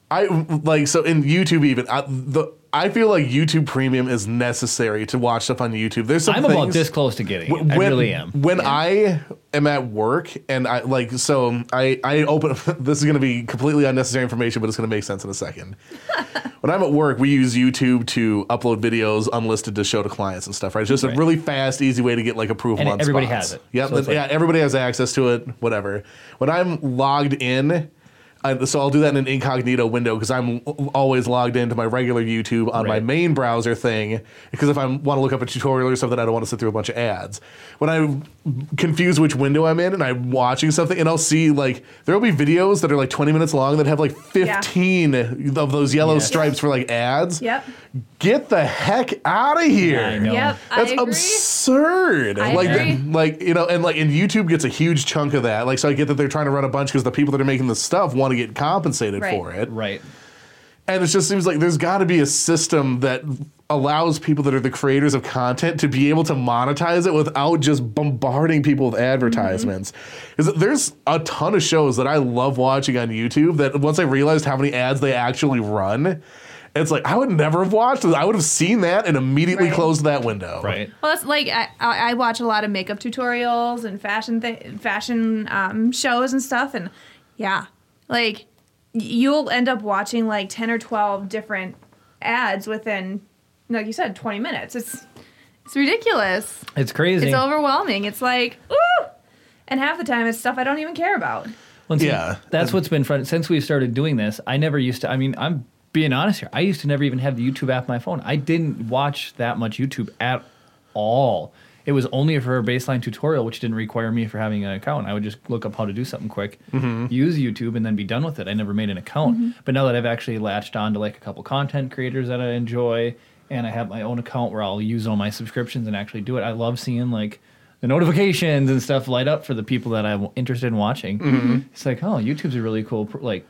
[SPEAKER 3] I like so in YouTube even I, the I feel like YouTube Premium is necessary to watch stuff on YouTube. There's some
[SPEAKER 1] I'm
[SPEAKER 3] things,
[SPEAKER 1] about this close to getting it.
[SPEAKER 3] when,
[SPEAKER 1] I really am.
[SPEAKER 3] When I am at work and I like, so I, I open, this is going to be completely unnecessary information, but it's going to make sense in a second. when I'm at work, we use YouTube to upload videos unlisted to show to clients and stuff, right? It's just
[SPEAKER 1] Right.
[SPEAKER 3] a really fast, easy way to get like approval
[SPEAKER 1] And
[SPEAKER 3] on
[SPEAKER 1] everybody
[SPEAKER 3] spots.
[SPEAKER 1] has it.
[SPEAKER 3] Yep.
[SPEAKER 1] So it's
[SPEAKER 3] yeah,
[SPEAKER 1] like-
[SPEAKER 3] everybody has access to it, whatever. When I'm logged in, I, so I'll do that in an incognito window because I'm l- always logged into my regular YouTube on my
[SPEAKER 1] Right.
[SPEAKER 3] main browser thing. Because if I want to look up a tutorial or something, I don't want to sit through a bunch of ads. When I confuse which window I'm in and I'm watching something, and I'll see like there will be videos that are like 20 minutes long that have like 15 of those yellow
[SPEAKER 1] Yeah.
[SPEAKER 3] stripes for like ads.
[SPEAKER 2] Yep.
[SPEAKER 3] Get the heck out of here!
[SPEAKER 1] I know.
[SPEAKER 2] Yep.
[SPEAKER 3] That's
[SPEAKER 2] I agree.
[SPEAKER 3] absurd.
[SPEAKER 2] I
[SPEAKER 3] like,
[SPEAKER 2] agree.
[SPEAKER 3] like you know, and like, and YouTube gets a huge chunk of that. Like, so I get that they're trying to run a bunch because the people that are making the stuff want to get compensated
[SPEAKER 2] Right.
[SPEAKER 3] for it.
[SPEAKER 1] Right.
[SPEAKER 3] And it just seems like there's got to be a system that allows people that are the creators of content to be able to monetize it without just bombarding people with advertisements.
[SPEAKER 2] Mm-hmm.
[SPEAKER 3] Because there's a ton of shows that I love watching on YouTube that once I realized how many ads they actually run. It's like I would never have watched this. I would have seen that and immediately
[SPEAKER 2] Right.
[SPEAKER 3] closed that window.
[SPEAKER 1] Right.
[SPEAKER 2] Well, it's like I, I I watch a lot of makeup tutorials and fashion th- fashion um, shows and stuff, and yeah, like y- you'll end up watching like ten or twelve different ads within, like you said, twenty minutes. It's it's ridiculous.
[SPEAKER 1] It's crazy.
[SPEAKER 2] It's overwhelming. It's like ooh, and half the time it's stuff I don't even care about.
[SPEAKER 1] Once you-
[SPEAKER 3] Yeah.
[SPEAKER 1] that's what's been fun since we've started doing this. I never used to. I mean, I'm being honest here. I used to never even have the YouTube app on my phone. I didn't watch that much YouTube at all. It was only for a baseline tutorial, which didn't require me for having an account. I would just look up how to do something quick, use YouTube, and then be done with it. I never made an account. But now that I've actually latched on to like a couple content creators that I enjoy, and I have my own account where I'll use all my subscriptions and actually do it, I love seeing like the notifications and stuff light up for the people that I'm interested in watching.
[SPEAKER 3] Mm-hmm.
[SPEAKER 1] It's like, oh, YouTube's a really cool like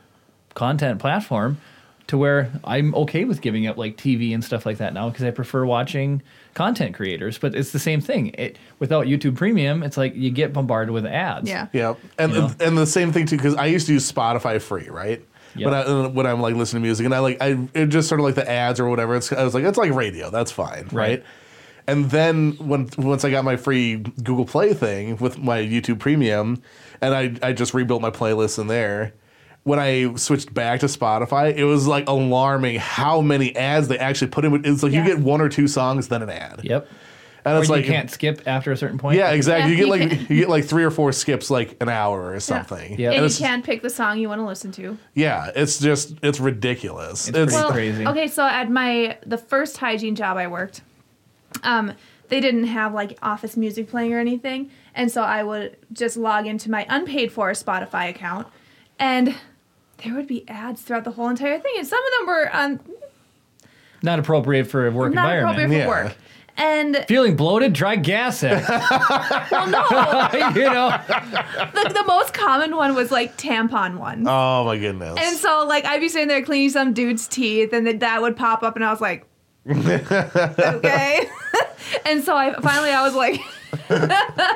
[SPEAKER 1] content platform to where I'm okay with giving up like TV and stuff like that now because I prefer watching content creators. But it's the same thing. It without YouTube Premium, it's like you get bombarded with ads.
[SPEAKER 2] Yeah.
[SPEAKER 3] Yeah, and
[SPEAKER 1] You know?
[SPEAKER 3] and the same thing too, because I used to use Spotify free, right?
[SPEAKER 1] Yeah.
[SPEAKER 3] When I uh, when I'm like listening to music, and I like I it just sort of like the ads or whatever. It's I was like it's like radio, that's fine, right?
[SPEAKER 1] Right.
[SPEAKER 3] And then when once I got my free Google Play thing with my YouTube Premium, and I I just rebuilt my playlist in there. When I switched back to Spotify, it was like alarming how many ads they actually put in. It's like
[SPEAKER 2] Yeah.
[SPEAKER 3] you get one or two songs, then an ad.
[SPEAKER 1] Yep.
[SPEAKER 3] and
[SPEAKER 1] Or
[SPEAKER 3] it's
[SPEAKER 1] you
[SPEAKER 3] like
[SPEAKER 1] can't skip after a certain point.
[SPEAKER 3] yeah, exactly.
[SPEAKER 2] Yeah,
[SPEAKER 3] you
[SPEAKER 2] you
[SPEAKER 3] get like you get like three or four skips like an hour or something.
[SPEAKER 1] Yeah.
[SPEAKER 2] And you
[SPEAKER 3] it's-
[SPEAKER 2] can't pick the song you want to listen to.
[SPEAKER 3] Yeah, it's just it's ridiculous.
[SPEAKER 1] It's
[SPEAKER 3] It's-
[SPEAKER 1] pretty crazy.
[SPEAKER 2] Okay, so at my the first hygiene job I worked, um, they didn't have like office music playing or anything, and so I would just log into my unpaid for Spotify account, and there would be ads throughout the whole entire thing, and some of them were on.
[SPEAKER 1] Not appropriate for a work
[SPEAKER 2] um, Not
[SPEAKER 1] environment.
[SPEAKER 2] appropriate for
[SPEAKER 3] Yeah.
[SPEAKER 2] work. And
[SPEAKER 1] Feeling bloated? Try gas it. you know,
[SPEAKER 2] the, the most common one was like tampon ones.
[SPEAKER 3] Oh my goodness.
[SPEAKER 2] And so, like, I'd be sitting there cleaning some dude's teeth, and then that would pop up, and I was like, okay. and so, I finally, I was like,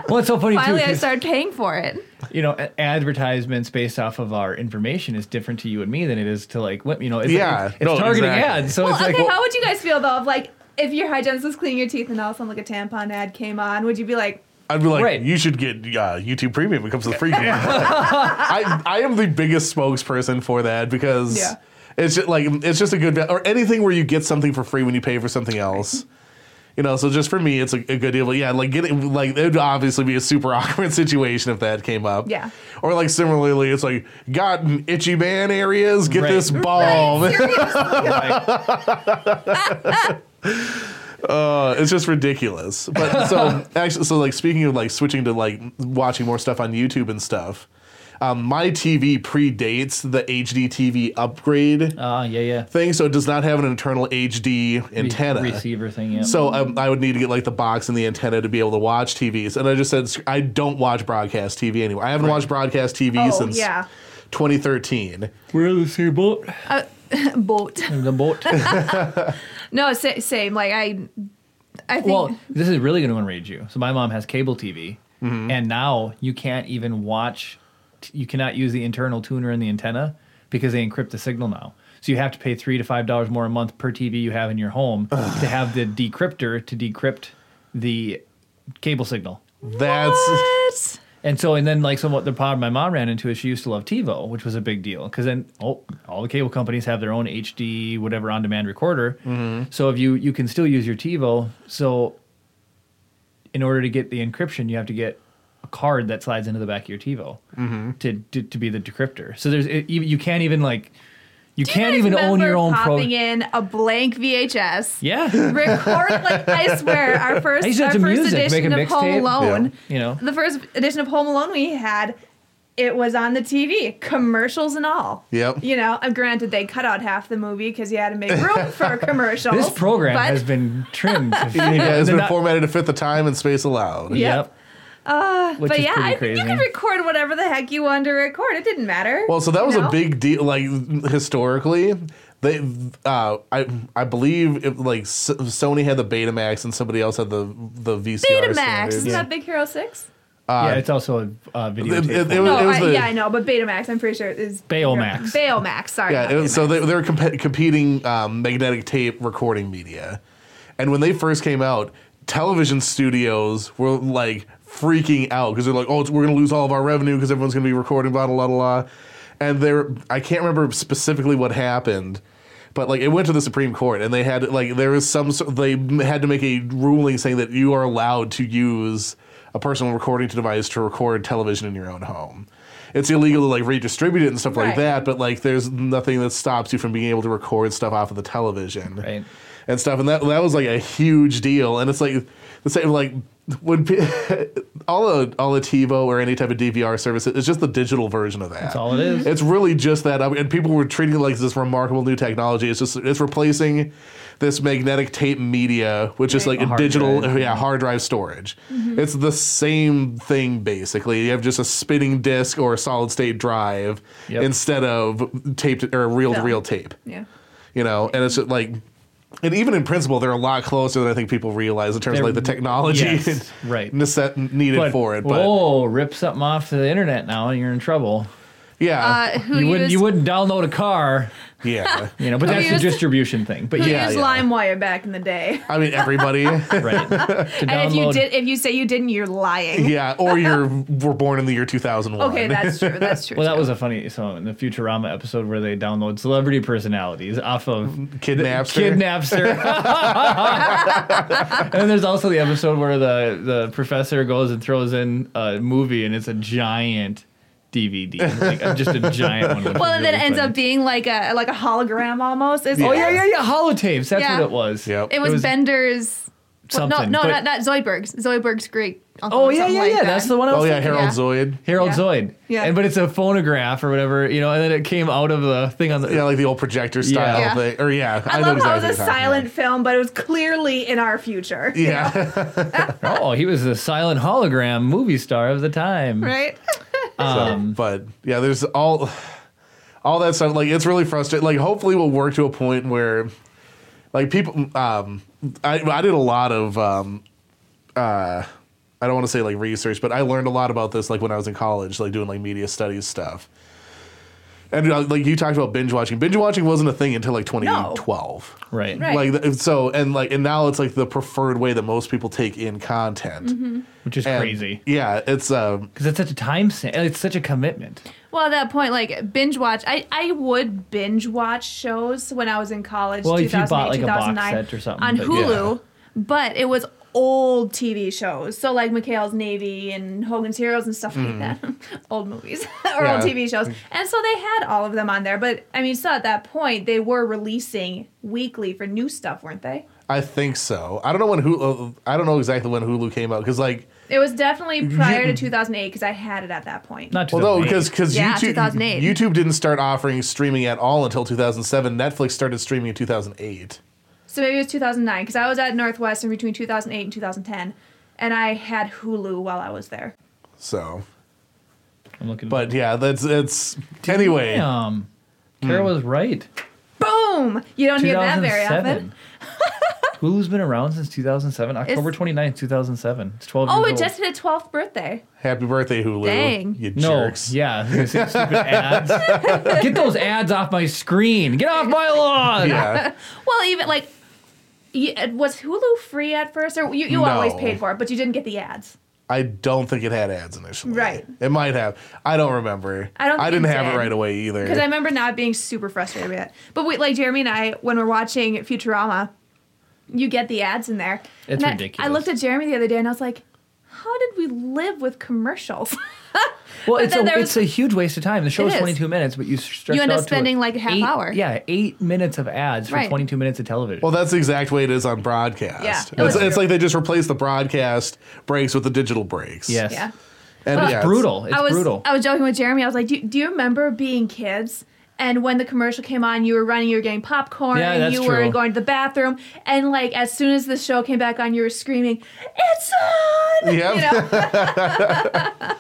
[SPEAKER 1] what's so funny
[SPEAKER 2] finally,
[SPEAKER 1] too?
[SPEAKER 2] I
[SPEAKER 1] 'cause,
[SPEAKER 2] started paying for it.
[SPEAKER 1] You know, a- advertisements based off of our information is different to you and me than it is to like, what- you know, it's,
[SPEAKER 3] Yeah,
[SPEAKER 1] it's
[SPEAKER 3] no,
[SPEAKER 1] targeting
[SPEAKER 3] exactly.
[SPEAKER 1] ads. So
[SPEAKER 2] Well,
[SPEAKER 1] it's
[SPEAKER 2] okay,
[SPEAKER 1] like,
[SPEAKER 2] how would you guys feel though if like if your hygienist was cleaning your teeth and all of a sudden like a tampon ad came on? Would you be like,
[SPEAKER 3] I'd be like,
[SPEAKER 1] Right.
[SPEAKER 3] you should get uh, YouTube Premium. It comes with free game. I, I am the biggest spokesperson for that because
[SPEAKER 2] Yeah.
[SPEAKER 3] it's just like it's just a good va- or anything where you get something for free when you pay for something else. You know, so just for me, it's a, a good deal. But yeah, like getting like it would obviously be a super awkward situation if that came up.
[SPEAKER 2] Yeah.
[SPEAKER 3] Or like similarly, it's like got an itchy man areas, get
[SPEAKER 1] Right.
[SPEAKER 3] this
[SPEAKER 1] Oh,
[SPEAKER 3] balm. Uh, it's just ridiculous. But so actually, so like speaking of like switching to like watching more stuff on YouTube and stuff, um, my TV predates the HD TV upgrade
[SPEAKER 1] uh, yeah, yeah.
[SPEAKER 3] thing, so it does not have an internal HD antenna.
[SPEAKER 1] receiver thing. Yeah.
[SPEAKER 3] So um, I would need to get like the box and the antenna to be able to watch TVs. And I just said I don't watch broadcast TV anymore. I haven't watched broadcast TV
[SPEAKER 2] Oh,
[SPEAKER 3] since
[SPEAKER 2] yeah.
[SPEAKER 3] 2013.
[SPEAKER 1] where is your boat?
[SPEAKER 2] boat?
[SPEAKER 1] The boat.
[SPEAKER 2] No, sa- same. Like I, I think.
[SPEAKER 1] Well, this is really going to enrage you. So my mom has cable TV,
[SPEAKER 3] Mm-hmm.
[SPEAKER 1] and now you can't even watch. You cannot use the internal tuner and the antenna because they encrypt the signal now. So you have to pay three to five dollars more a month per TV you have in your home to have the decryptor to decrypt the cable signal.
[SPEAKER 3] That's
[SPEAKER 2] what?
[SPEAKER 1] And so, and then like so what the problem my mom ran into is she used to love TiVo, which was a big deal because then oh, all the cable companies have their own HD whatever on demand recorder. So if you you can still use your TiVo, so in order to get the encryption, you have to get a card that slides into the back of your TiVo to, to to be the decryptor. So there's it, you, you can't even like you
[SPEAKER 2] You
[SPEAKER 1] can't
[SPEAKER 2] guys
[SPEAKER 1] even own
[SPEAKER 2] remember
[SPEAKER 1] your own pro.
[SPEAKER 2] popping in a blank VHS.
[SPEAKER 1] Yeah,
[SPEAKER 2] Record like I swear our first
[SPEAKER 1] I used to
[SPEAKER 2] our
[SPEAKER 1] have
[SPEAKER 2] first
[SPEAKER 1] to music, make
[SPEAKER 2] edition
[SPEAKER 1] a
[SPEAKER 2] of Home
[SPEAKER 1] mixtape.
[SPEAKER 2] Alone.
[SPEAKER 1] you know.
[SPEAKER 2] The first edition of Home Alone we had, it was on the TV, commercials and all.
[SPEAKER 3] Yep.
[SPEAKER 2] You know, and granted they cut out half the movie because you had to make room for commercials.
[SPEAKER 1] This program
[SPEAKER 2] but
[SPEAKER 1] has been trimmed.
[SPEAKER 3] yeah, it's
[SPEAKER 1] They're
[SPEAKER 3] been
[SPEAKER 1] not-
[SPEAKER 3] formatted to fit the time and space allowed.
[SPEAKER 1] Yep. Which
[SPEAKER 2] Uh, but
[SPEAKER 1] is
[SPEAKER 2] yeah,
[SPEAKER 1] pretty
[SPEAKER 2] I think you
[SPEAKER 1] crazy.
[SPEAKER 2] could record whatever the heck you wanted to record. It didn't matter.
[SPEAKER 3] Well, so that was
[SPEAKER 2] you know?
[SPEAKER 3] a big deal. Like historically, they, uh, I, I believe, it, like S- Sony had the Betamax and somebody else had the the VCR.
[SPEAKER 2] Betamax.
[SPEAKER 3] standard.
[SPEAKER 2] Isn't
[SPEAKER 1] Yeah.
[SPEAKER 2] that Big Hero Six?
[SPEAKER 1] yeah, it's also a uh, video.
[SPEAKER 3] It- it- it was-
[SPEAKER 2] No,
[SPEAKER 3] it was
[SPEAKER 2] I,
[SPEAKER 3] the-
[SPEAKER 2] yeah, I know, but Betamax, I'm pretty sure is
[SPEAKER 1] Baomax.
[SPEAKER 2] Baomax, sorry.
[SPEAKER 3] Yeah,
[SPEAKER 2] not
[SPEAKER 3] it was- so
[SPEAKER 2] Betamax.
[SPEAKER 3] they, they were comp- competing um, magnetic tape recording media, and when they first came out, television studios were like freaking out because they're like, "Oh, it's, we're gonna lose all of our revenue because everyone's gonna be recording blah blah blah blah," and they're I can't remember specifically what happened. But like it went to the Supreme Court, and they had like there was some sort- they had to make a ruling saying that you are allowed to use a personal recording device to record television in your own home. It's illegal to like redistribute it and stuff like
[SPEAKER 2] Right.
[SPEAKER 3] that, but like there's nothing that stops you from being able to record stuff off of the television
[SPEAKER 1] Right.
[SPEAKER 3] and stuff. And that that was like a huge deal. And it's like the same like when pe- all a all a TiVo or any type of DVR service, it's just the digital version of that.
[SPEAKER 1] That's all it is.
[SPEAKER 3] It's really just that, I mean, and people were treating it like this remarkable new technology. It's just it's replacing this magnetic tape media, which is
[SPEAKER 2] Right.
[SPEAKER 1] A
[SPEAKER 2] Mm-hmm.
[SPEAKER 3] like a
[SPEAKER 1] hard
[SPEAKER 3] digital,
[SPEAKER 1] drive.
[SPEAKER 3] yeah, hard drive storage. It's the same thing basically. You have just a spinning disk or a solid state drive
[SPEAKER 1] Yep.
[SPEAKER 3] instead of taped or reel to reel tape.
[SPEAKER 2] Yeah.
[SPEAKER 3] You know, and it's just like. And even in principle, they're a lot closer than I think people realize in terms
[SPEAKER 1] They're-
[SPEAKER 3] of like the technology
[SPEAKER 1] yes,
[SPEAKER 3] and
[SPEAKER 1] right.
[SPEAKER 3] nece- needed for it. But
[SPEAKER 1] oh, rip something off the internet now, and you're in trouble.
[SPEAKER 3] yeah,
[SPEAKER 2] Uh, who
[SPEAKER 1] You
[SPEAKER 2] used,
[SPEAKER 1] wouldn't, you wouldn't download a car,
[SPEAKER 3] yeah.
[SPEAKER 1] you know. But
[SPEAKER 2] Who
[SPEAKER 1] that's the
[SPEAKER 2] used-
[SPEAKER 1] distribution thing. But
[SPEAKER 2] who
[SPEAKER 1] yeah,
[SPEAKER 3] Yeah,
[SPEAKER 2] used
[SPEAKER 3] yeah.
[SPEAKER 2] LimeWire back in the day?
[SPEAKER 3] I mean, everybody.
[SPEAKER 1] right. To
[SPEAKER 2] And if you
[SPEAKER 1] download-
[SPEAKER 2] did, if you say you didn't, you're lying.
[SPEAKER 3] Yeah, or you're were born in the year 2001.
[SPEAKER 2] Okay, that's true. That's true.
[SPEAKER 1] well, that
[SPEAKER 2] too.
[SPEAKER 1] was a funny. So in the Futurama episode where they download celebrity personalities off of
[SPEAKER 3] Kidnapster.
[SPEAKER 1] Kidnapster. and there's also the episode where the, the professor goes and throws in a movie and it's a giant DVD. Like uh, just a giant one. which
[SPEAKER 2] Well,
[SPEAKER 1] is
[SPEAKER 2] and then it
[SPEAKER 1] really
[SPEAKER 2] ends
[SPEAKER 1] funny.
[SPEAKER 2] up being like a like a hologram almost. It's
[SPEAKER 3] Yeah.
[SPEAKER 1] Oh yeah, yeah, yeah. Holotapes. That's
[SPEAKER 2] Yeah.
[SPEAKER 1] what it was.
[SPEAKER 3] Yep.
[SPEAKER 2] It was,
[SPEAKER 1] it was
[SPEAKER 2] Bender's. well,
[SPEAKER 1] something,
[SPEAKER 2] no, no,
[SPEAKER 1] but-
[SPEAKER 2] not, not Zoidberg's. Zoidberg's Greek
[SPEAKER 4] Uncle
[SPEAKER 1] Oh
[SPEAKER 4] or
[SPEAKER 1] yeah,
[SPEAKER 4] something
[SPEAKER 1] yeah,
[SPEAKER 4] like
[SPEAKER 1] yeah.
[SPEAKER 4] that.
[SPEAKER 1] That's the one. I was
[SPEAKER 3] Oh yeah,
[SPEAKER 1] thinking.
[SPEAKER 3] Harold
[SPEAKER 4] yeah.
[SPEAKER 3] Zoid.
[SPEAKER 1] Harold
[SPEAKER 4] Yeah.
[SPEAKER 1] Zoid.
[SPEAKER 2] Yeah.
[SPEAKER 1] And but it's a phonograph or whatever, you know, and then it came out of the thing on the
[SPEAKER 3] Yeah, like the old projector style
[SPEAKER 4] Yeah.
[SPEAKER 3] thing. Or yeah,
[SPEAKER 2] I, love how it was a
[SPEAKER 3] what you're talking
[SPEAKER 2] silent film, but it was clearly in our future.
[SPEAKER 3] about. Yeah.
[SPEAKER 1] Oh, he was a silent hologram movie star of the time.
[SPEAKER 2] Right?
[SPEAKER 3] So, but yeah, there's all all that stuff. Like it's really frustrating. Like hopefully we'll work to a point where like people. Um, I I did a lot of um, uh, I don't want to say like research, but I learned a lot about this like when I was in college, like doing like media studies stuff. And uh, like you talked about binge watching, binge watching wasn't a thing until like 2012.
[SPEAKER 1] Right.
[SPEAKER 2] Right.
[SPEAKER 3] Like th- so, and like and now it's like the preferred way that most people take in content.
[SPEAKER 1] Which is
[SPEAKER 3] And,
[SPEAKER 1] crazy.
[SPEAKER 3] Yeah, it's um,
[SPEAKER 1] Because it's such a time sa- it's such a commitment.
[SPEAKER 2] Well, at that point, like binge watch, I, I would binge watch shows when I was in college.
[SPEAKER 1] Well, if you
[SPEAKER 2] 2008,
[SPEAKER 1] bought, like, a box
[SPEAKER 2] 2009,
[SPEAKER 1] set or something,
[SPEAKER 2] on
[SPEAKER 1] but-
[SPEAKER 2] Hulu, but it was old TV shows. So like Mikhail's Navy and Hogan's Heroes and stuff
[SPEAKER 1] Mm.
[SPEAKER 2] like that, old movies or
[SPEAKER 3] Yeah.
[SPEAKER 2] old TV shows. And so they had all of them on there. But I mean, so at that point, they were releasing weekly for new stuff, weren't they?
[SPEAKER 3] I think so. I don't know when Hulu. I don't know exactly when Hulu came out because like
[SPEAKER 2] It was definitely prior to 2008 because I had it at that point.
[SPEAKER 1] Not to
[SPEAKER 3] well no because because
[SPEAKER 4] Yeah,
[SPEAKER 3] YouTube
[SPEAKER 4] 2008.
[SPEAKER 3] YouTube didn't start offering streaming at all until 2007. Netflix started streaming in 2008.
[SPEAKER 2] So maybe it was 2009 because I was at Northwestern between 2008 and 2010, and I had Hulu while I was there.
[SPEAKER 3] So,
[SPEAKER 1] I'm looking
[SPEAKER 3] but Hmm. yeah, that's it's anyway.
[SPEAKER 1] Damn. Kara was right.
[SPEAKER 2] Boom! You don't hear that very
[SPEAKER 1] 2007.
[SPEAKER 2] often.
[SPEAKER 1] Hulu's been around since 2007, October
[SPEAKER 2] It's-
[SPEAKER 1] 29th, 2007. It's 12
[SPEAKER 2] Oh,
[SPEAKER 1] years
[SPEAKER 2] it
[SPEAKER 1] old.
[SPEAKER 2] just hit a 12th birthday.
[SPEAKER 3] Happy birthday, Hulu!
[SPEAKER 4] Dang.
[SPEAKER 3] You
[SPEAKER 1] no,
[SPEAKER 3] jerks.
[SPEAKER 1] yeah, I was gonna say stupid ads. Get those ads off my screen. Get off my lawn.
[SPEAKER 3] Yeah.
[SPEAKER 2] Well, even like, you, was Hulu free at first, or you, you
[SPEAKER 3] No.
[SPEAKER 2] always paid for it, but you didn't get the ads?
[SPEAKER 3] I don't think it had ads initially.
[SPEAKER 2] Right.
[SPEAKER 3] It might have. I don't remember.
[SPEAKER 2] I don't
[SPEAKER 3] I
[SPEAKER 2] think
[SPEAKER 3] didn't
[SPEAKER 2] it
[SPEAKER 3] have it
[SPEAKER 2] did.
[SPEAKER 3] right away either.
[SPEAKER 2] Because I remember not being super frustrated with it. But we, like Jeremy and I, when we're watching Futurama, you get the ads in there.
[SPEAKER 1] It's
[SPEAKER 2] And I-
[SPEAKER 1] ridiculous.
[SPEAKER 2] I looked at Jeremy the other day and I was like, how did we live with commercials?
[SPEAKER 1] Well,
[SPEAKER 2] But
[SPEAKER 1] it's a,
[SPEAKER 2] then there was-
[SPEAKER 1] it's a huge waste of time. The show
[SPEAKER 4] It
[SPEAKER 1] is
[SPEAKER 4] is.
[SPEAKER 1] 22 minutes, but you stretch
[SPEAKER 4] You end
[SPEAKER 1] it
[SPEAKER 4] up
[SPEAKER 1] out
[SPEAKER 4] spending,
[SPEAKER 1] to
[SPEAKER 4] like, a half
[SPEAKER 1] eight-
[SPEAKER 4] hour.
[SPEAKER 1] Yeah, eight minutes of ads for
[SPEAKER 4] Right.
[SPEAKER 1] 22 minutes of television.
[SPEAKER 3] Well, that's the exact way it is on broadcast.
[SPEAKER 2] Yeah. Oh,
[SPEAKER 3] It's,
[SPEAKER 2] it's
[SPEAKER 3] it's
[SPEAKER 2] true.
[SPEAKER 3] like they just replace the broadcast breaks with the digital breaks.
[SPEAKER 1] yes,
[SPEAKER 2] yeah.
[SPEAKER 3] And yeah, it's-
[SPEAKER 1] brutal. It's
[SPEAKER 2] I was uh,
[SPEAKER 1] brutal.
[SPEAKER 2] I was joking with Jeremy. I was like, do, do you remember being kids? And when the commercial came on, you were running, you were getting popcorn,
[SPEAKER 1] Yeah, that's
[SPEAKER 2] you were
[SPEAKER 1] true.
[SPEAKER 2] going to the bathroom, and like as soon as the show came back on, you were screaming, "It's on!"
[SPEAKER 3] Yep.
[SPEAKER 2] You know?
[SPEAKER 1] I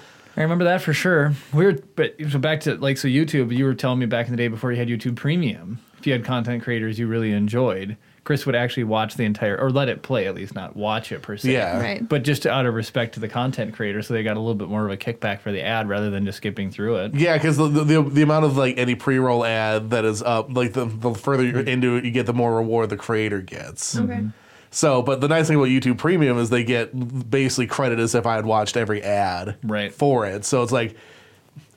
[SPEAKER 1] remember that for sure. We were, but so back to like so YouTube. You were telling me back in the day before you had YouTube Premium, if you had content creators you really enjoyed, Chris would actually watch the entire or let it play at least, not watch it per se.
[SPEAKER 3] Yeah.
[SPEAKER 4] Right.
[SPEAKER 1] But just out of respect to the content creator, so they got a little bit more of a kickback for the ad rather than just skipping through it.
[SPEAKER 3] Yeah, because the, the the amount of like any pre roll ad that is up, like the the further you're into it, you get the more reward the creator gets.
[SPEAKER 2] Mm-hmm. Okay.
[SPEAKER 3] So, but the nice thing about YouTube Premium is they get basically credit as if I had watched every ad
[SPEAKER 1] Right.
[SPEAKER 3] for it. So it's like.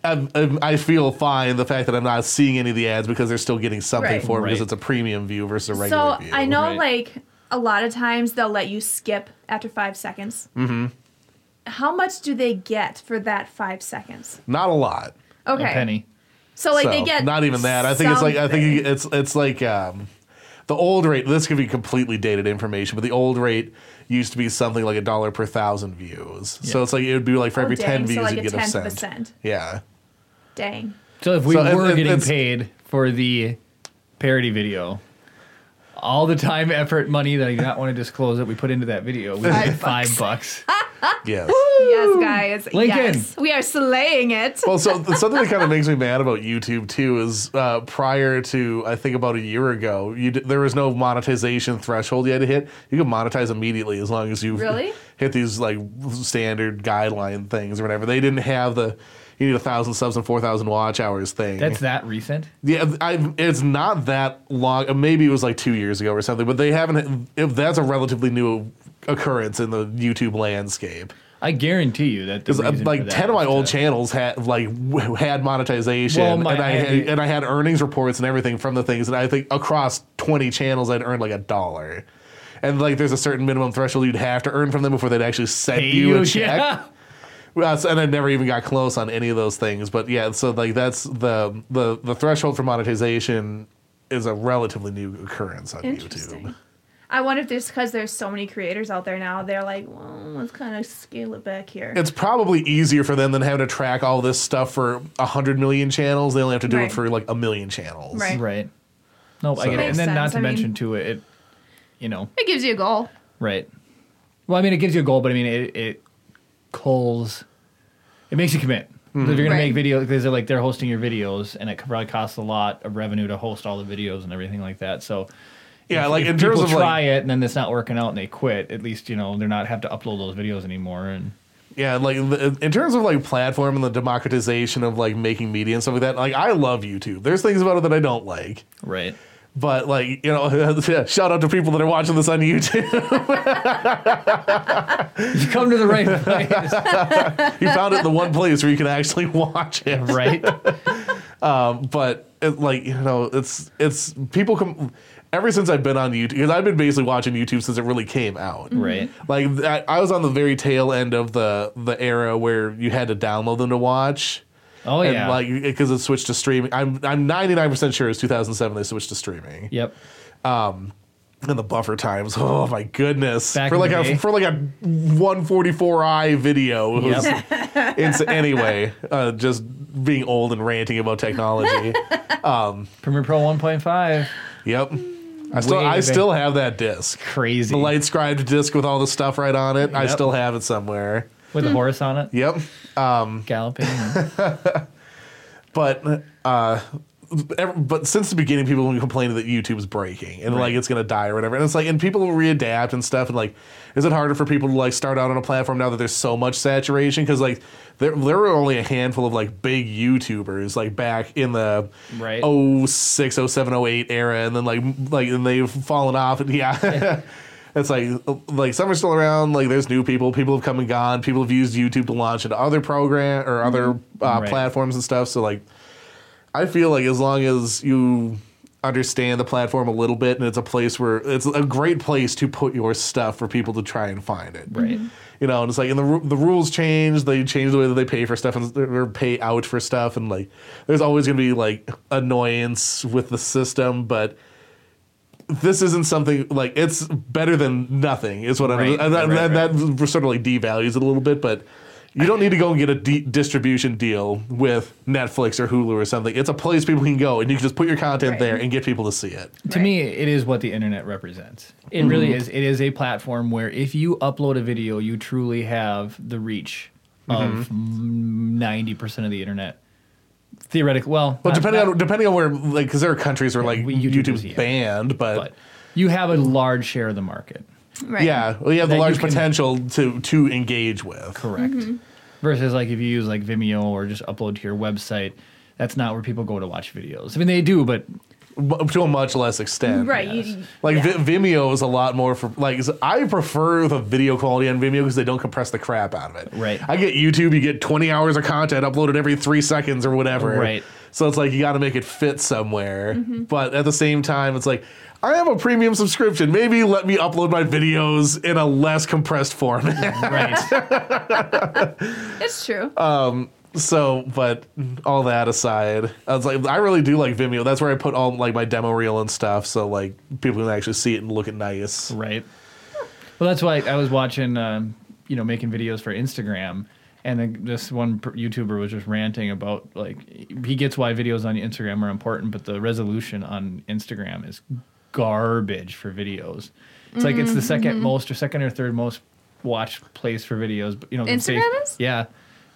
[SPEAKER 3] I'm, I'm, I feel fine the fact that I'm not seeing any of the ads because they're still getting something
[SPEAKER 2] Right.
[SPEAKER 3] for it because
[SPEAKER 1] Right.
[SPEAKER 3] it's a premium view versus a regular
[SPEAKER 2] So
[SPEAKER 3] view.
[SPEAKER 2] I know
[SPEAKER 1] Right.
[SPEAKER 2] like a lot of times they'll let you skip after five seconds. Mm-hmm. How much do they get for that five seconds?
[SPEAKER 3] not a lot.
[SPEAKER 2] Okay,
[SPEAKER 1] A penny.
[SPEAKER 2] So like they
[SPEAKER 3] So,
[SPEAKER 2] get
[SPEAKER 3] not even that. I think it's like I
[SPEAKER 2] something.
[SPEAKER 3] think it's it's like um, the old rate. This could be completely dated information, but the old rate used to be something like a dollar per thousand views. So
[SPEAKER 1] Yeah.
[SPEAKER 3] it's like it would be like for
[SPEAKER 2] Oh,
[SPEAKER 3] every ten
[SPEAKER 2] dang, so
[SPEAKER 3] views
[SPEAKER 2] like
[SPEAKER 3] you
[SPEAKER 2] a
[SPEAKER 3] get a
[SPEAKER 2] tenth of a
[SPEAKER 3] cent.
[SPEAKER 2] cent.
[SPEAKER 3] Yeah,
[SPEAKER 2] Dang.
[SPEAKER 1] So if we
[SPEAKER 3] So it-
[SPEAKER 1] were
[SPEAKER 3] it-
[SPEAKER 1] getting
[SPEAKER 3] it's-
[SPEAKER 1] paid for the parody video, all the time, effort, money that I do not want to disclose that we put into that video, we paid five bucks.
[SPEAKER 3] yes.
[SPEAKER 2] Yes, guys.
[SPEAKER 1] Lincoln.
[SPEAKER 2] Yes. We are slaying it.
[SPEAKER 3] well, so something that kind of makes me mad about YouTube too is uh, prior to I think about a year ago, you d- there was no monetization threshold you had to hit. You could monetize immediately as long as you
[SPEAKER 2] Really?
[SPEAKER 3] hit these like standard guideline things or whatever. They didn't have the you need a thousand subs and four thousand watch hours thing.
[SPEAKER 1] That's that recent.
[SPEAKER 3] Yeah, I, it's not that long. uh, Maybe it was like two years ago or something. But they haven't. If that's a relatively new occurrence in the YouTube landscape,
[SPEAKER 1] I guarantee you that the
[SPEAKER 3] 'Cause, uh,
[SPEAKER 1] reason for
[SPEAKER 3] like
[SPEAKER 1] that
[SPEAKER 3] ten of my
[SPEAKER 1] was
[SPEAKER 3] old
[SPEAKER 1] to-
[SPEAKER 3] channels had like w- had monetization,
[SPEAKER 1] Well, my-
[SPEAKER 3] and I had,
[SPEAKER 1] I-
[SPEAKER 3] and I had earnings reports and everything from the things. And I think across twenty channels, I'd earned like a dollar. And like, there's a certain minimum threshold you'd have to earn from them before they'd actually send
[SPEAKER 1] Hey,
[SPEAKER 3] you,
[SPEAKER 1] you-
[SPEAKER 3] a check.
[SPEAKER 1] yeah.
[SPEAKER 3] Well, that's- and I never even got close on any of those things. But yeah, so like that's the the the threshold for monetization is a relatively new occurrence on
[SPEAKER 2] Interesting.
[SPEAKER 3] YouTube.
[SPEAKER 2] I wonder if just because there's so many creators out there now, they're like, well, let's kind of scale it back here.
[SPEAKER 3] It's probably easier for them than having to track all this stuff for hundred million channels. They only have to do
[SPEAKER 2] Right.
[SPEAKER 3] it for like a million channels.
[SPEAKER 2] Right.
[SPEAKER 1] Right. No, I
[SPEAKER 3] So-
[SPEAKER 1] get it. And
[SPEAKER 2] Makes
[SPEAKER 1] then not
[SPEAKER 2] sense.
[SPEAKER 1] to
[SPEAKER 2] I mean-
[SPEAKER 1] mention too it, it, you know,
[SPEAKER 2] It gives you a goal.
[SPEAKER 1] right. Well, I mean, it gives you a goal, but I mean, it it culls, it makes you commit.
[SPEAKER 3] Mm-hmm.
[SPEAKER 1] So If you're gonna
[SPEAKER 2] Right.
[SPEAKER 1] make videos, because they're like they're hosting your videos, and it could probably costs a lot of revenue to host all the videos and everything like that. So
[SPEAKER 3] Yeah,
[SPEAKER 1] if-
[SPEAKER 3] like
[SPEAKER 1] if
[SPEAKER 3] in terms
[SPEAKER 1] people
[SPEAKER 3] of
[SPEAKER 1] try
[SPEAKER 3] like,
[SPEAKER 1] it and then it's not working out and they quit, at least you know they're not have to upload those videos anymore. And
[SPEAKER 3] yeah, like the, in terms of like platform and the democratization of like making media and stuff like that. Like I love YouTube. There's things about it that I don't like.
[SPEAKER 1] right,
[SPEAKER 3] But like you know, shout out to people that are watching this on YouTube.
[SPEAKER 1] you come to the right place,
[SPEAKER 3] you found it in the one place where you can actually watch it.
[SPEAKER 1] right?
[SPEAKER 3] but it, like you know, it's it's people come ever since I've been on YouTube because I've been basically watching YouTube since it really came out.
[SPEAKER 1] Right.
[SPEAKER 3] Like that, I was on the very tail end of the the era where you had to download them to watch.
[SPEAKER 1] Oh
[SPEAKER 3] and
[SPEAKER 1] yeah.
[SPEAKER 3] like because it switched to streaming. I'm I'm 99% sure it's 2007 they switched to streaming.
[SPEAKER 1] yep.
[SPEAKER 3] And the buffer times. Oh my goodness.
[SPEAKER 1] Back
[SPEAKER 3] for
[SPEAKER 1] in
[SPEAKER 3] like
[SPEAKER 1] the
[SPEAKER 3] a
[SPEAKER 1] day.
[SPEAKER 3] for like a 144i video. It was
[SPEAKER 1] Yep.
[SPEAKER 3] it's anyway, uh, just being old and ranting about technology.
[SPEAKER 1] Premiere Pro 1.5.
[SPEAKER 3] Yep. I still
[SPEAKER 1] Way
[SPEAKER 3] I
[SPEAKER 1] back.
[SPEAKER 3] still have that disc.
[SPEAKER 1] Crazy.
[SPEAKER 3] The light scribed disc with all the stuff right on it. I
[SPEAKER 1] Yep.
[SPEAKER 3] still have it somewhere.
[SPEAKER 1] With a horse on it,
[SPEAKER 3] Yep.
[SPEAKER 1] galloping. and-
[SPEAKER 3] But uh ev- but since the beginning, people have been complaining that YouTube's breaking and like it's gonna die or whatever, and it's like and people readapt and stuff, and like is it harder for people to like start out on a platform now that there's so much saturation? Because like there there were only a handful of like big YouTubers like back in the
[SPEAKER 1] Right.
[SPEAKER 3] Oh. 06, 07, 08 era, and then like m- like and they've fallen off, and yeah. It's like like some are still around. Like there's new people. People have come and gone. People have used YouTube to launch into other program or other uh,
[SPEAKER 1] Mm-hmm. Right.
[SPEAKER 3] platforms and stuff. So like, I feel like as long as you understand the platform a little bit and it's a place where it's a great place to put your stuff for people to try and find it.
[SPEAKER 1] Right.
[SPEAKER 3] You know, and it's like, and the ru- the rules change. They change the way that they pay for stuff and or pay out for stuff, and like, there's always going to be like annoyance with the system, but. This isn't something like it's better than nothing, is what
[SPEAKER 1] Right,
[SPEAKER 3] I'm. And that,
[SPEAKER 1] right, right.
[SPEAKER 3] that- that sort of like devalues it a little bit, but you don't need to go and get a de- distribution deal with Netflix or Hulu or something. It's a place people can go and you can just put your content
[SPEAKER 2] Right.
[SPEAKER 3] there and get people to see it.
[SPEAKER 1] to me, it is what the internet represents. It really is. It is a platform where if you upload a video, you truly have the reach of 90% of the internet. Theoretically, well,
[SPEAKER 3] Mm-hmm. Well,
[SPEAKER 1] not-
[SPEAKER 3] depending
[SPEAKER 1] not-
[SPEAKER 3] on depending on where, like, because there are countries where like
[SPEAKER 1] we- YouTubers,
[SPEAKER 3] YouTube's
[SPEAKER 1] yeah.
[SPEAKER 3] banned, but,
[SPEAKER 1] but you have a large share of the market.
[SPEAKER 2] Right.
[SPEAKER 3] yeah, well, you have the
[SPEAKER 1] That you
[SPEAKER 3] large
[SPEAKER 1] can-
[SPEAKER 3] potential to to engage with.
[SPEAKER 1] Correct.
[SPEAKER 3] Mm-hmm.
[SPEAKER 1] Versus like if you use like Vimeo or just upload to your website, that's not where people go to watch videos. I mean, they do, but
[SPEAKER 3] M- to a much less extent.
[SPEAKER 2] Right. You,
[SPEAKER 3] Like
[SPEAKER 2] yeah.
[SPEAKER 3] Vi- Vimeo is a lot more for like s- I prefer the video quality on Vimeo because they don't compress the crap out of it.
[SPEAKER 1] Right.
[SPEAKER 3] I get YouTube, you get 20 hours of content uploaded every three seconds or whatever.
[SPEAKER 1] Right.
[SPEAKER 3] So it's like you got to make it fit somewhere.
[SPEAKER 2] Mm-hmm.
[SPEAKER 3] But at the same time, it's like I have a premium subscription. Maybe let me upload my videos in a less compressed format.
[SPEAKER 1] right.
[SPEAKER 2] it's true.
[SPEAKER 1] Uh,
[SPEAKER 3] so, but all that aside, I was like, I really do like Vimeo. That's where I put all like my demo reel and stuff. So like people can actually see it and look at nice.
[SPEAKER 1] Right. Well, that's why I was watching, um, you know, making videos for Instagram, and then this one per- YouTuber was just ranting about like he gets why videos on Instagram are important, but the resolution on Instagram is garbage for videos. It's like
[SPEAKER 2] Mm-hmm.
[SPEAKER 1] it's the 2nd most or second or third most watched place for videos. but, You know, than
[SPEAKER 2] Instagram
[SPEAKER 1] Face-
[SPEAKER 2] is?
[SPEAKER 1] yeah.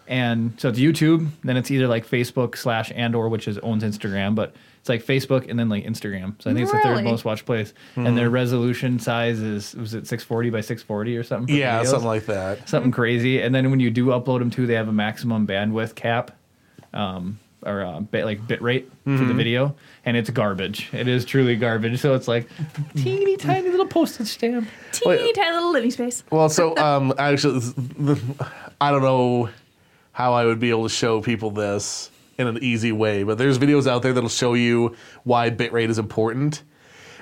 [SPEAKER 1] And so it's YouTube, then it's either like Facebook slash and or which is owns Instagram, but it's like Facebook and then like Instagram. So I think it's the third
[SPEAKER 2] Really?
[SPEAKER 1] most watched place,
[SPEAKER 4] Hmm.
[SPEAKER 1] and their resolution size is was it 640 by 640 or something? for
[SPEAKER 3] Yeah,
[SPEAKER 1] videos?
[SPEAKER 3] something like that.
[SPEAKER 1] something crazy. And then when you do upload them to, they have a maximum bandwidth cap, um, or uh, bit, like bit rate for
[SPEAKER 4] Mm-hmm.
[SPEAKER 1] the video, and it's garbage. It is truly garbage. So it's like teeny tiny little postage stamp.
[SPEAKER 2] Teeny tiny little living space.
[SPEAKER 3] Well, so um, actually, th- th- I don't know how I would be able to show people this in an easy way, but there's videos out there that'll show you why bitrate is important.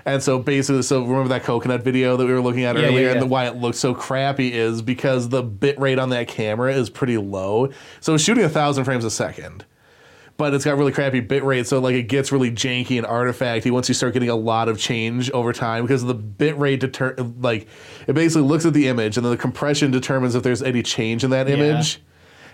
[SPEAKER 3] And so basically, so remember that coconut video that we were looking at
[SPEAKER 1] Yeah, yeah,
[SPEAKER 3] earlier, and
[SPEAKER 1] yeah.
[SPEAKER 3] the, why it looked so crappy is because the bitrate on that camera is pretty low. So it's shooting a thousand frames a second but it's got really crappy bit rate, so like it gets really janky and artifacty once you start getting a lot of change over time because the bit rate deter- like it basically looks at the image and then the compression determines if there's any change in that image,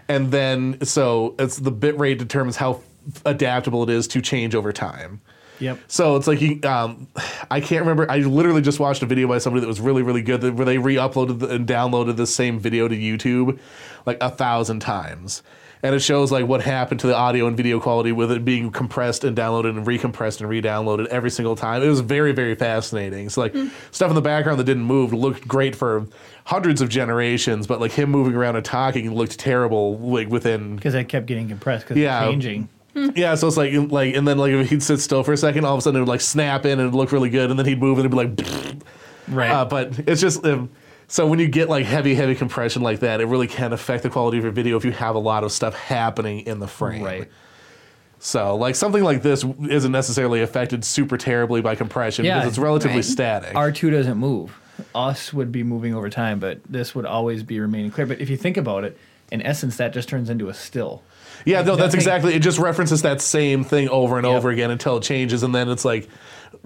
[SPEAKER 3] and then so it's the bit rate determines how adaptable it is to change over time.
[SPEAKER 4] Yep.
[SPEAKER 3] So it's like you, um, I can't remember. I literally just watched a video by somebody that was really, really good that, where they re-uploaded the, and downloaded the same video to YouTube like a thousand times, and it shows like what happened to the audio and video quality with it being compressed and downloaded and recompressed and re-downloaded every single time. It was very, very fascinating. So like stuff in the background that didn't move looked great for hundreds of generations, but like him moving around and talking looked terrible like within
[SPEAKER 4] Because I kept getting compressed because
[SPEAKER 3] Yeah.
[SPEAKER 4] it's changing.
[SPEAKER 3] yeah, so it's like like and then like if he'd sit still for a second, all of a sudden it would like snap in and it'd look really good, and then he'd move and it'd be like,
[SPEAKER 4] Right.
[SPEAKER 3] uh, but it's just um, so when you get like heavy heavy compression like that, it really can affect the quality of your video if you have a lot of stuff happening in the frame.
[SPEAKER 1] Right.
[SPEAKER 3] So like something like this isn't necessarily affected super terribly by compression
[SPEAKER 1] Yeah,
[SPEAKER 3] because it's relatively
[SPEAKER 2] right.
[SPEAKER 3] static.
[SPEAKER 1] R2 doesn't move. Us would be moving over time, but this would always be remaining clear. But if you think about it, in essence, that just turns into a still.
[SPEAKER 3] Yeah, no, that's
[SPEAKER 1] nothing-
[SPEAKER 3] exactly. It just references that same thing over and
[SPEAKER 1] Yep.
[SPEAKER 3] over again until it changes, and then it's like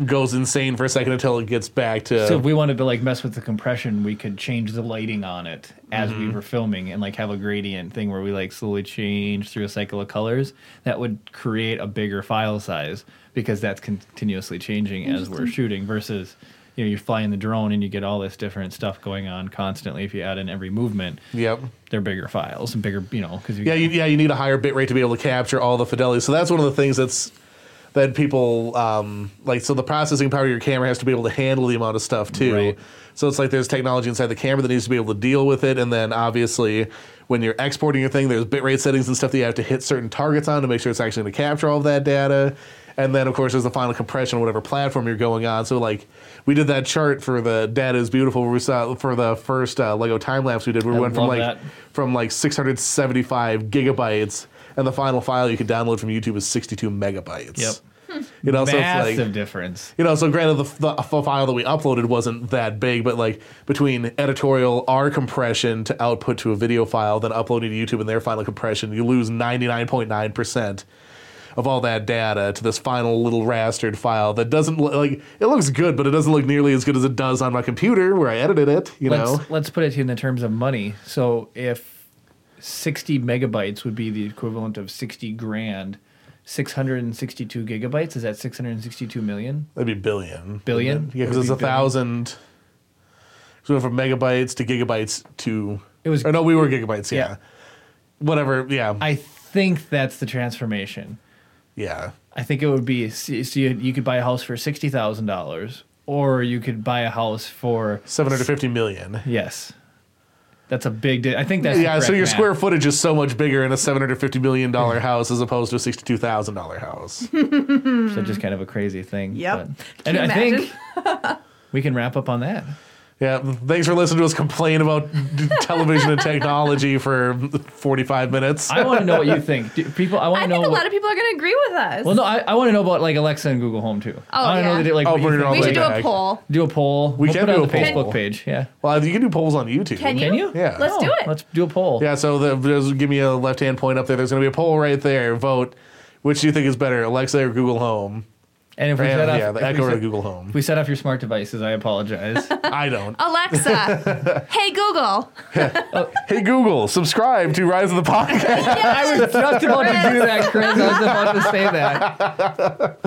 [SPEAKER 3] goes insane for a second until it gets back to.
[SPEAKER 1] So if we wanted to like mess with the compression, we could change the lighting on it as
[SPEAKER 3] Mm-hmm.
[SPEAKER 1] we were filming and like have a gradient thing where we like slowly change through a cycle of colors. That would create a bigger file size because that's continuously changing as we're shooting versus you know, you're flying the drone and you get all this different stuff going on constantly if you add in every movement.
[SPEAKER 3] yep.
[SPEAKER 1] They're bigger files and bigger, you know, because
[SPEAKER 3] Yeah, you, yeah, you need a higher bit rate to be able to capture all the fidelity. So that's one of the things that's that people um, like. So the processing power of your camera has to be able to handle the amount of stuff too.
[SPEAKER 1] Right.
[SPEAKER 3] So it's like there's technology inside the camera that needs to be able to deal with it, and then obviously when you're exporting your thing, there's bit rate settings and stuff that you have to hit certain targets on to make sure it's actually going to capture all of that data. And then of course there's the final compression on whatever platform you're going on. So like we did that chart for the data is beautiful where we saw for the first uh, Lego time lapse we did where we
[SPEAKER 1] I
[SPEAKER 3] went from
[SPEAKER 1] love
[SPEAKER 3] like
[SPEAKER 1] that.
[SPEAKER 3] from like 675 gigabytes, and the final file you can download from YouTube is 62 megabytes.
[SPEAKER 1] Yep.
[SPEAKER 3] You know, so
[SPEAKER 1] massive
[SPEAKER 3] it's like.
[SPEAKER 1] difference.
[SPEAKER 3] You know, so granted, the, the, the file that we uploaded wasn't that big, but like between editorial, our compression to output to a video file, then uploading to YouTube and their final compression, you lose 99.9% of all that data to this final little rastered file that doesn't look like it looks good, but it doesn't look nearly as good as it does on my computer where I edited it, you know?
[SPEAKER 1] let's, let's put it in the terms of money. So if 60 megabytes would be the equivalent of 60 grand, 662 gigabytes, is that 662 million?
[SPEAKER 3] That'd be billion.
[SPEAKER 1] Billion?
[SPEAKER 3] Yeah, because it's a
[SPEAKER 1] Would be billion.
[SPEAKER 3] thousand. So we went from megabytes to gigabytes to.
[SPEAKER 1] It was-
[SPEAKER 3] Or no, we were gigabytes. Yeah.
[SPEAKER 1] Yeah.
[SPEAKER 3] Whatever. Yeah.
[SPEAKER 1] I think that's the transformation.
[SPEAKER 3] yeah.
[SPEAKER 1] I think it would be so so you, you could buy a house for $60,000 or you could buy a house for,
[SPEAKER 3] Seven hundred fifty million.
[SPEAKER 1] yes. That's a big di- I think that's the
[SPEAKER 3] Yeah. So
[SPEAKER 1] correct
[SPEAKER 3] your
[SPEAKER 1] math.
[SPEAKER 3] square footage is so much bigger in a seven hundred fifty million dollar house as opposed to a sixty-two thousand dollar house.
[SPEAKER 1] so just kind of a crazy thing.
[SPEAKER 2] Yep.
[SPEAKER 1] but-
[SPEAKER 2] Can
[SPEAKER 1] And I
[SPEAKER 2] you
[SPEAKER 1] think we can wrap up on that.
[SPEAKER 3] yeah. Thanks for listening to us complain about d- television and technology for forty-five minutes.
[SPEAKER 1] I want to know what you think. Do, people, I want
[SPEAKER 2] I
[SPEAKER 1] to know
[SPEAKER 2] think a
[SPEAKER 1] what,
[SPEAKER 2] lot of people are going to agree with us.
[SPEAKER 1] Well, no, I, I want to know about like Alexa and Google Home too.
[SPEAKER 2] Oh,
[SPEAKER 1] I wanna
[SPEAKER 2] yeah.
[SPEAKER 1] know that, like,
[SPEAKER 3] Oh,
[SPEAKER 1] what you
[SPEAKER 3] bring it
[SPEAKER 1] think.
[SPEAKER 3] all
[SPEAKER 2] we should do a
[SPEAKER 3] Like-
[SPEAKER 2] poll.
[SPEAKER 1] Do a poll. We
[SPEAKER 3] can
[SPEAKER 1] put
[SPEAKER 3] do
[SPEAKER 1] it on
[SPEAKER 3] a
[SPEAKER 1] the Facebook
[SPEAKER 3] poll.
[SPEAKER 1] page. Yeah.
[SPEAKER 3] well, you can do polls on YouTube.
[SPEAKER 2] Can you?
[SPEAKER 1] Can you?
[SPEAKER 3] Yeah.
[SPEAKER 2] Let's
[SPEAKER 1] Oh,
[SPEAKER 2] do it.
[SPEAKER 1] Let's do a poll.
[SPEAKER 3] Yeah, so the, there's, give me a left hand point up there. There's going to be a poll right there. Vote. Which do you think is better, Alexa or Google Home?
[SPEAKER 1] And if we
[SPEAKER 3] Yeah,
[SPEAKER 1] set off,
[SPEAKER 3] yeah, the
[SPEAKER 1] if
[SPEAKER 3] Echo
[SPEAKER 1] we
[SPEAKER 3] or
[SPEAKER 1] set,
[SPEAKER 3] the Google Home.
[SPEAKER 1] If we set off your smart devices, I apologize.
[SPEAKER 3] I don't.
[SPEAKER 2] Alexa, hey Google.
[SPEAKER 3] Hey, Google, subscribe to Rise of the Podcast.
[SPEAKER 1] I was just about to do that, Chris. I was about to say that.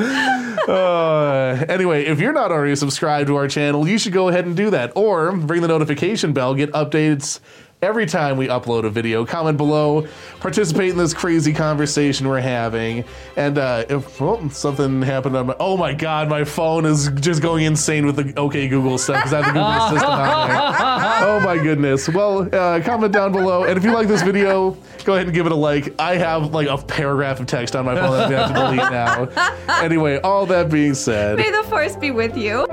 [SPEAKER 3] Uh, anyway, if you're not already subscribed to our channel, you should go ahead and do that. Or ring the notification bell, get updates every time we upload a video. Comment below, participate in this crazy conversation we're having. And uh, if oh, something happened on my. Oh my God, my phone is just going insane with the OK Google stuff because I have the Google system on there. Oh my goodness. Well, uh, comment down below. And if you like this video, go ahead and give it a like. I have like a paragraph of text on my phone that I have to delete now. Anyway, all that being said.
[SPEAKER 2] May the force be with you.